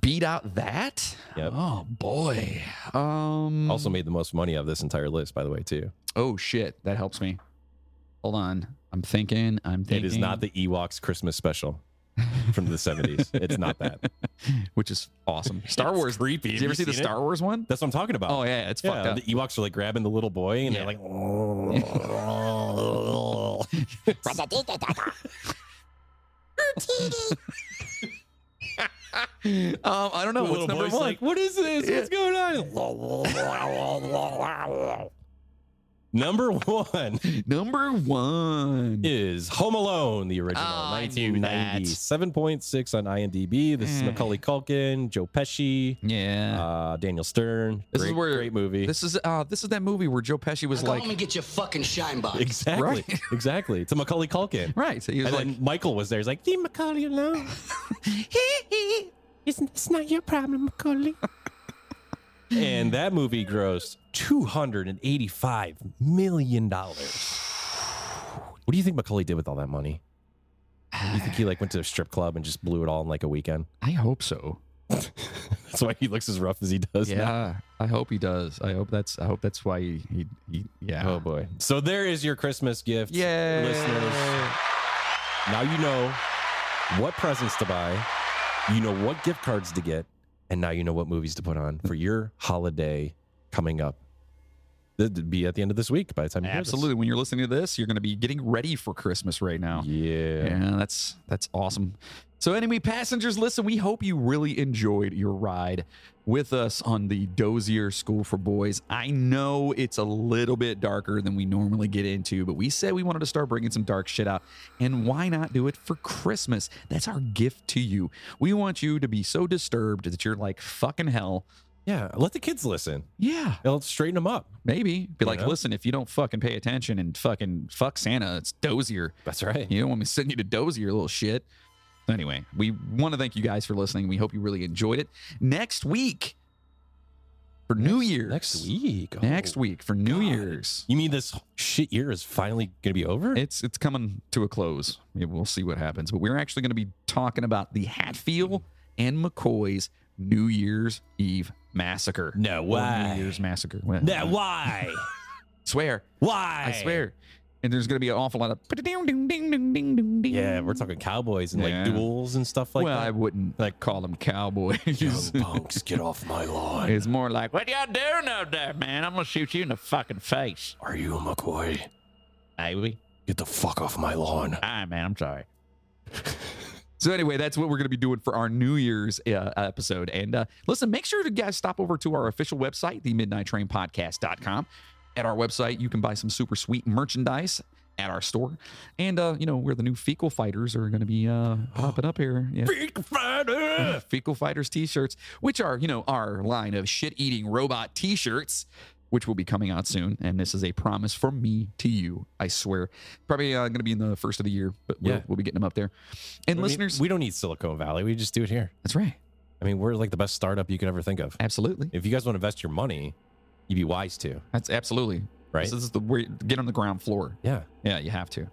B: Beat out that?
C: Yep.
B: Oh boy. Um.
C: Also made the most money of this entire list, by the way, too.
B: Oh shit, that helps me. Hold on, I'm thinking. I'm
C: It
B: thinking.
C: is not the Ewoks Christmas special from the seventies. It's not that.
B: which is awesome. Star
C: It's
B: Wars.
C: creepy.
B: Did
C: Have
B: you ever see the
C: seen it?
B: Star Wars one?
C: That's what I'm talking about.
B: Oh yeah, it's fucked
C: yeah,
B: up.
C: the Ewoks are like grabbing the little boy, and they're
B: Yeah.
C: like, "Oh."
B: um, I don't know.
C: The
B: What's
C: little
B: number
C: boy's
B: one?
C: like, "What is this? What's going on?" number one
B: number one.
C: is Home Alone, the original,
B: Oh, I knew that.
C: 1990, 7.6 on IMDb. This is
B: Mm.
C: Macaulay Culkin, Joe Pesci,
B: yeah.
C: uh, Daniel Stern.
B: This is
C: great,
B: where-
C: great movie.
B: this is uh this is that movie where Joe Pesci was
F: Go
B: like
F: home and get your fucking shine box.
C: exactly,
B: Right.
C: exactly. It's a Macaulay Culkin.
B: right. So he was
C: And
B: like
C: then Michael was there. He's like, "Leave Macaulay alone. Isn't it's not your problem, Macaulay?" and that movie grossed two hundred and eighty-five million dollars. What do you think Macaulay did with all that money? You think he like went to a strip club and just blew it all in like a weekend?
B: I hope so.
C: That's why he looks as rough as he does.
B: yeah,
C: now.
B: I hope he does. I hope that's. I hope that's why he. he, he yeah.
C: Oh boy. So there is your Christmas gift.
B: yeah.
C: Listeners. Now you know what presents to buy, you know what gift cards to get, and now you know what movies to put on for your holiday coming up. That'd be at the end of this week by the time you hear this.
B: Absolutely. When you're listening to this, you're going to be getting ready for Christmas right now.
C: Yeah.
B: Yeah, that's that's awesome. So anyway, passengers, listen, we hope you really enjoyed your ride with us on the Dozier School for Boys. I know it's a little bit darker than we normally get into, but we said we wanted to start bringing some dark shit out. And why not do it for Christmas? That's our gift to you. We want you to be so disturbed that you're like, fucking hell.
C: Yeah. Let the kids listen.
B: Yeah,
C: It'll straighten them up.
B: maybe. Be like,
C: Yeah.
B: listen, if you don't fucking pay attention and fucking fuck Santa, it's Dozier.
C: That's right.
B: You don't want me sending you to dozier little shit. Anyway, we want to thank you guys for listening. We hope you really enjoyed it. Next week for New Year's.
C: Next week. Oh.
B: Next week for New
C: God.
B: Year's.
C: You mean this shit year is finally going to be over?
B: It's it's coming to a close. Yeah, We'll see what happens. But we're actually going to be talking about the Hatfield and McCoy's New Year's Eve massacre.
C: no
B: Or New Year's massacre. Well,
C: No, why?
B: swear.
C: why?
B: I swear. And there's going to be an awful lot of ding ding ding ding ding ding.
C: Yeah, we're talking cowboys and
B: Yeah.
C: like duels and stuff like
B: well, I
C: that.
B: wouldn't like
C: Like-
B: call them cowboys.
C: Young punks, get off my lawn.
B: It's more like, what y'all doing out there, man? I'm gonna shoot you in the fucking face,
C: Are you a McCoy?
B: baby.
C: Get the fuck off my lawn.
B: All right, Ah, man. I'm sorry. so anyway, that's what we're gonna be doing for our New Year's uh, episode. And uh, listen, make sure to guys stop over to our official website, the Midnight Train Podcast.com. At our website, you can buy some super sweet merchandise at our store, and uh, you know where the new fecal fighters are gonna be uh, popping up here. Yeah. Uh, Fecal Fighters t-shirts, which are, you know, our line of shit-eating robot t-shirts, which will be coming out soon. And this is a promise from me to you. I swear. Probably uh, going to be in the first of the year, but we'll,
C: Yeah.
B: we'll be getting them up there. And
C: I mean,
B: listeners,
C: we don't need Silicon Valley. We just do it here.
B: that's right.
C: I mean, we're like the best startup you could ever think of.
B: Absolutely.
C: If you guys want to invest your money, you'd be wise to,
B: That's absolutely.
C: right?
B: This is the way get on the ground floor.
C: yeah.
B: Yeah, you have to.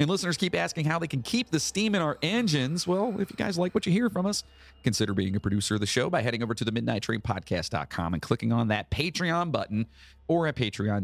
B: And listeners keep asking how they can keep the steam in our engines. Well, if you guys like what you hear from us, consider being a producer of the show by heading over to the midnight train podcast.com and clicking on that Patreon button or at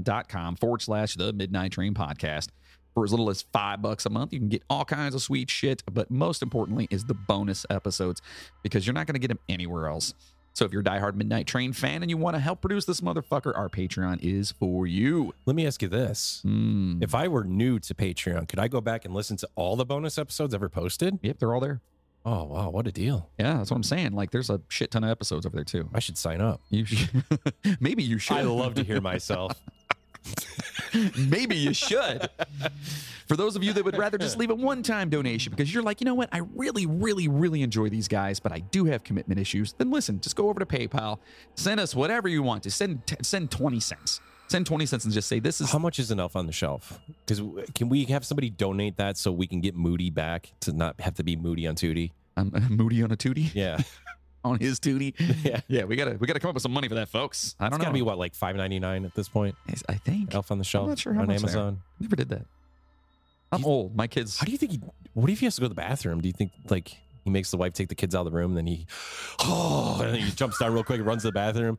B: patreon.com forward slash the midnight train podcast. For as little as five bucks a month, you can get all kinds of sweet shit. But most importantly is the bonus episodes because you're not going to get them anywhere else. So if you're a diehard Midnight Train fan and you want to help produce this motherfucker, our Patreon is for you.
C: Let me ask you this.
B: Mm.
C: If I were new to Patreon, could I go back and listen to all the bonus episodes ever posted?
B: Yep, they're all there.
C: Oh, wow. What a deal.
B: Yeah, that's what I'm saying. Like, there's a shit ton of episodes over there too.
C: I should sign up.
B: You should, maybe you should.
C: I love to hear myself.
B: maybe you should. For those of you that would rather just leave a one-time donation because you're like, you know what, I really, really, really enjoy these guys, but I do have commitment issues. Then listen, just go over to PayPal, send us whatever you want to send. T- send twenty cents. Send twenty cents and just say this is
C: How much is enough on the shelf? Because can we have somebody donate that so we can get Moody back to not have to be Moody on 2D?
B: I'm, Moody on a tootie
C: Yeah.
B: on his tootie.
C: Yeah.
B: yeah, we gotta we gotta come up with some money for that, folks. I
C: It's Oh.
B: don't
C: got to be
B: know.
C: what, like five ninety nine at this point?
B: I think
C: Elf on the Shelf
B: not sure how
C: on
B: much they are.
C: Amazon.
B: never did that. I'm
C: You-
B: old. My kids.
C: How do you think he? What if he has to go to the bathroom? Do you think like he makes the wife take the kids out of the room, and then he, oh, and then he jumps down real quick, runs to the bathroom,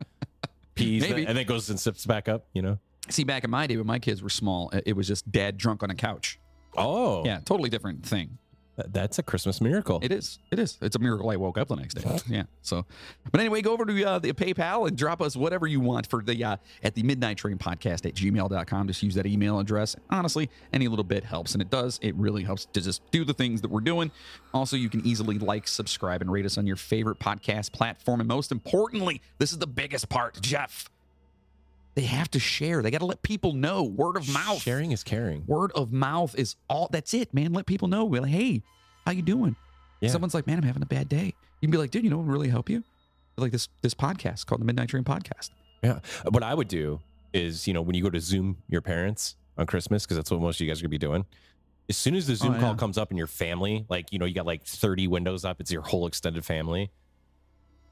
C: pees, and then-
B: Maybe.
C: and then goes and sips back up. You know?
B: See, back in my day when my kids were small, it- it was just dad drunk on a couch.
C: Oh,
B: Yeah, totally different thing.
C: th- That's a Christmas miracle.
B: It is. It is. It's a miracle I woke up the next day. Yeah. So, but anyway, go over to uh, the PayPal and drop us whatever you want for the uh, at the Midnight Train Podcast at gmail.com. Just use that email address. Honestly, any little bit helps, and it does. It really helps to just do the things that we're doing. Also, you can easily like, subscribe, and rate us on your favorite podcast platform. And most importantly, this is the biggest part, Jeff. They have to share. They got to let people know. Word of mouth
C: Sharing is caring.
B: word of mouth is all that's it man let people know well hey how you doing
C: Yeah.
B: someone's like man i'm having a bad day you can be like dude you know what would really help you like this this podcast called the midnight train podcast
C: Yeah. What I would do is, you know, when you go to Zoom your parents on Christmas, because that's what most of you guys are gonna be doing. As soon as the Zoom
B: Oh,
C: call
B: yeah.
C: comes up in your family, like you know, you got like 30 windows up, it's your whole extended family.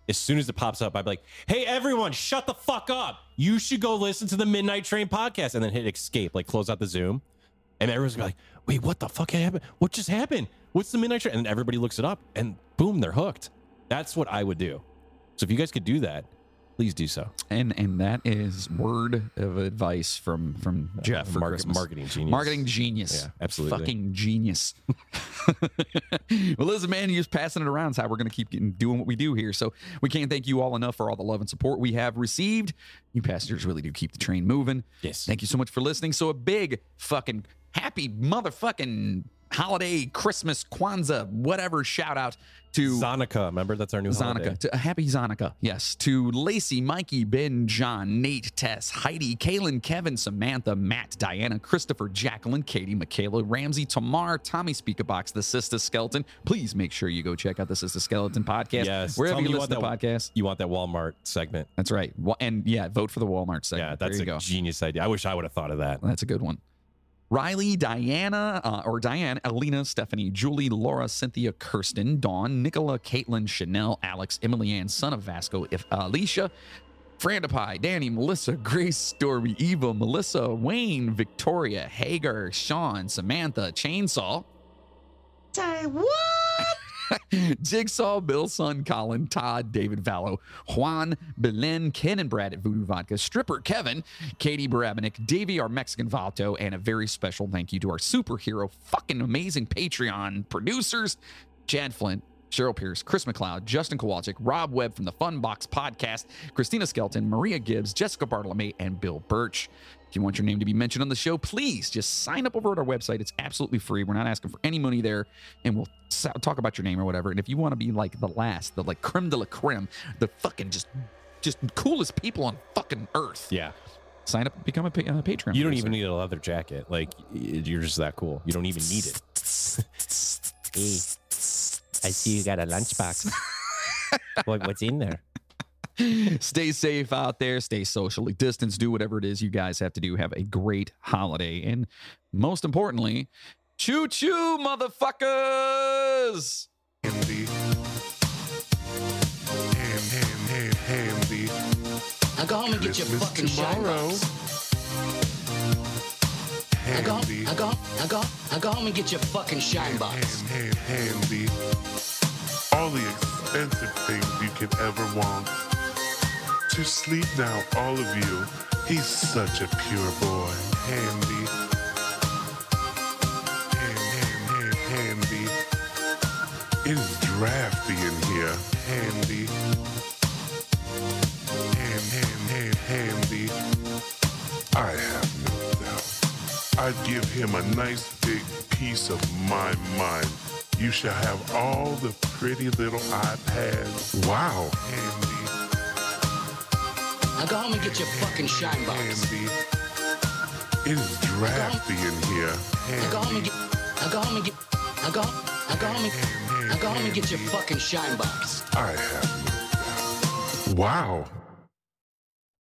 C: As soon as it pops up, I'd be like, hey everyone, shut the fuck up. You should go listen to the Midnight Train podcast and then hit escape, like close out the Zoom. And everyone's like, wait, what the fuck happened? What just happened? What's the midnight train? And everybody looks it up and boom, they're hooked. That's what I would do. So if you guys could do that, please do so.
B: And and that is word of advice from from Jeff for
C: Mark-
B: Christmas.
C: marketing genius.
B: Marketing genius.
C: Yeah, absolutely.
B: Fucking genius. well, listen, man, you're just passing it around. It's how we're going to keep getting, doing what we do here. So we can't thank you all enough for all the love and support we have received. You passengers really do keep the train moving.
C: Yes.
B: Thank you so much for listening. So a big fucking happy motherfucking holiday, Christmas, Kwanzaa, whatever shout out to
C: Zonica, remember? That's our new holiday.
B: Zonica. To, a happy Zonica. Yes. To Lacey, Mikey, Ben, John, Nate, Tess, Heidi, Kaylin, Kevin, Samantha, Matt, Diana, Christopher, Jacqueline, Katie, Michaela, Ramsey, Tamar, Tommy Speakerbox, The Sister Skeleton. Please make sure you go check out The Sister Skeleton podcast.
C: Yes.
B: Wherever
C: Tell me
B: you
C: you
B: listen to
C: want
B: podcasts.
C: You want that Walmart segment.
B: That's right. Wa- And yeah, vote for the Walmart segment.
C: Yeah,
B: there
C: that's
B: you
C: a
B: go.
C: genius idea. I wish I would have thought of that.
B: That's a good one. Riley, Diana, uh, or Diane, Alina, Stephanie, Julie, Laura, Cynthia, Kirsten, Dawn, Nicola, Caitlin, Chanel, Alex, Emily Ann, son of Vasco, if uh, Alicia, Frandipai, Danny, Melissa, Grace, Stormy, Eva, Melissa, Wayne, Victoria, Hager, Sean, Samantha, Chainsaw,
G: Say what?
B: Jigsaw, Bill Son, Colin, Todd, David Vallow, Juan, Belen, Ken and Brad at Voodoo Vodka, Stripper Kevin, Katie Barabinick, Davey, our Mexican Vato, and a very special thank you to our superhero fucking amazing Patreon producers, Chad Flint, Cheryl Pierce, Chris McLeod, Justin Kowalczyk, Rob Webb from the Fun Box Podcast, Christina Skelton, Maria Gibbs, Jessica Bartolome, and Bill Birch. If you want your name to be mentioned on the show, please just sign up over at our website. It's absolutely free. We're not asking for any money there, and we'll sa- talk about your name or whatever. And if you want to be like the last, the like creme de la creme, the fucking just just coolest people on fucking earth,
C: Yeah.
B: sign up, become a pa- uh, Patreon.
C: You don't
B: producer.
C: even need a leather jacket. Like, y- you're just that cool. You don't even need it.
H: I see you got a lunchbox. what, what's in there?
B: stay safe out there. Stay socially distanced. Do whatever it is you guys have to do. Have a great holiday. And most importantly, choo choo, motherfuckers.
I: Handy. Ham, ham, ham, handy.
F: Now go home and get your
I: Christmas
F: fucking shine
I: tomorrow.
F: box. Now go home.
I: Handy.
F: Now go home. Now go. Now go home and get your fucking shine box.
I: Ham, ham, handy. All the expensive things you could ever want. To sleep now, all of you. He's such a pure boy. Handy. Ham, ham, ham, handy. It is drafty in here. Handy. Ham, ham, ham, handy. I have no doubt. I'd give him a nice big piece of my mind. You shall have all the pretty little iPads. Wow. Handy,
F: Now go home and get your fucking shine box.
I: handy. It is drafty in here.
F: Now go home and
I: Handy,
F: get. Now go home and get. Now go. Now go home and. Now go home and get your fucking shine box.
I: I have no doubt. Wow.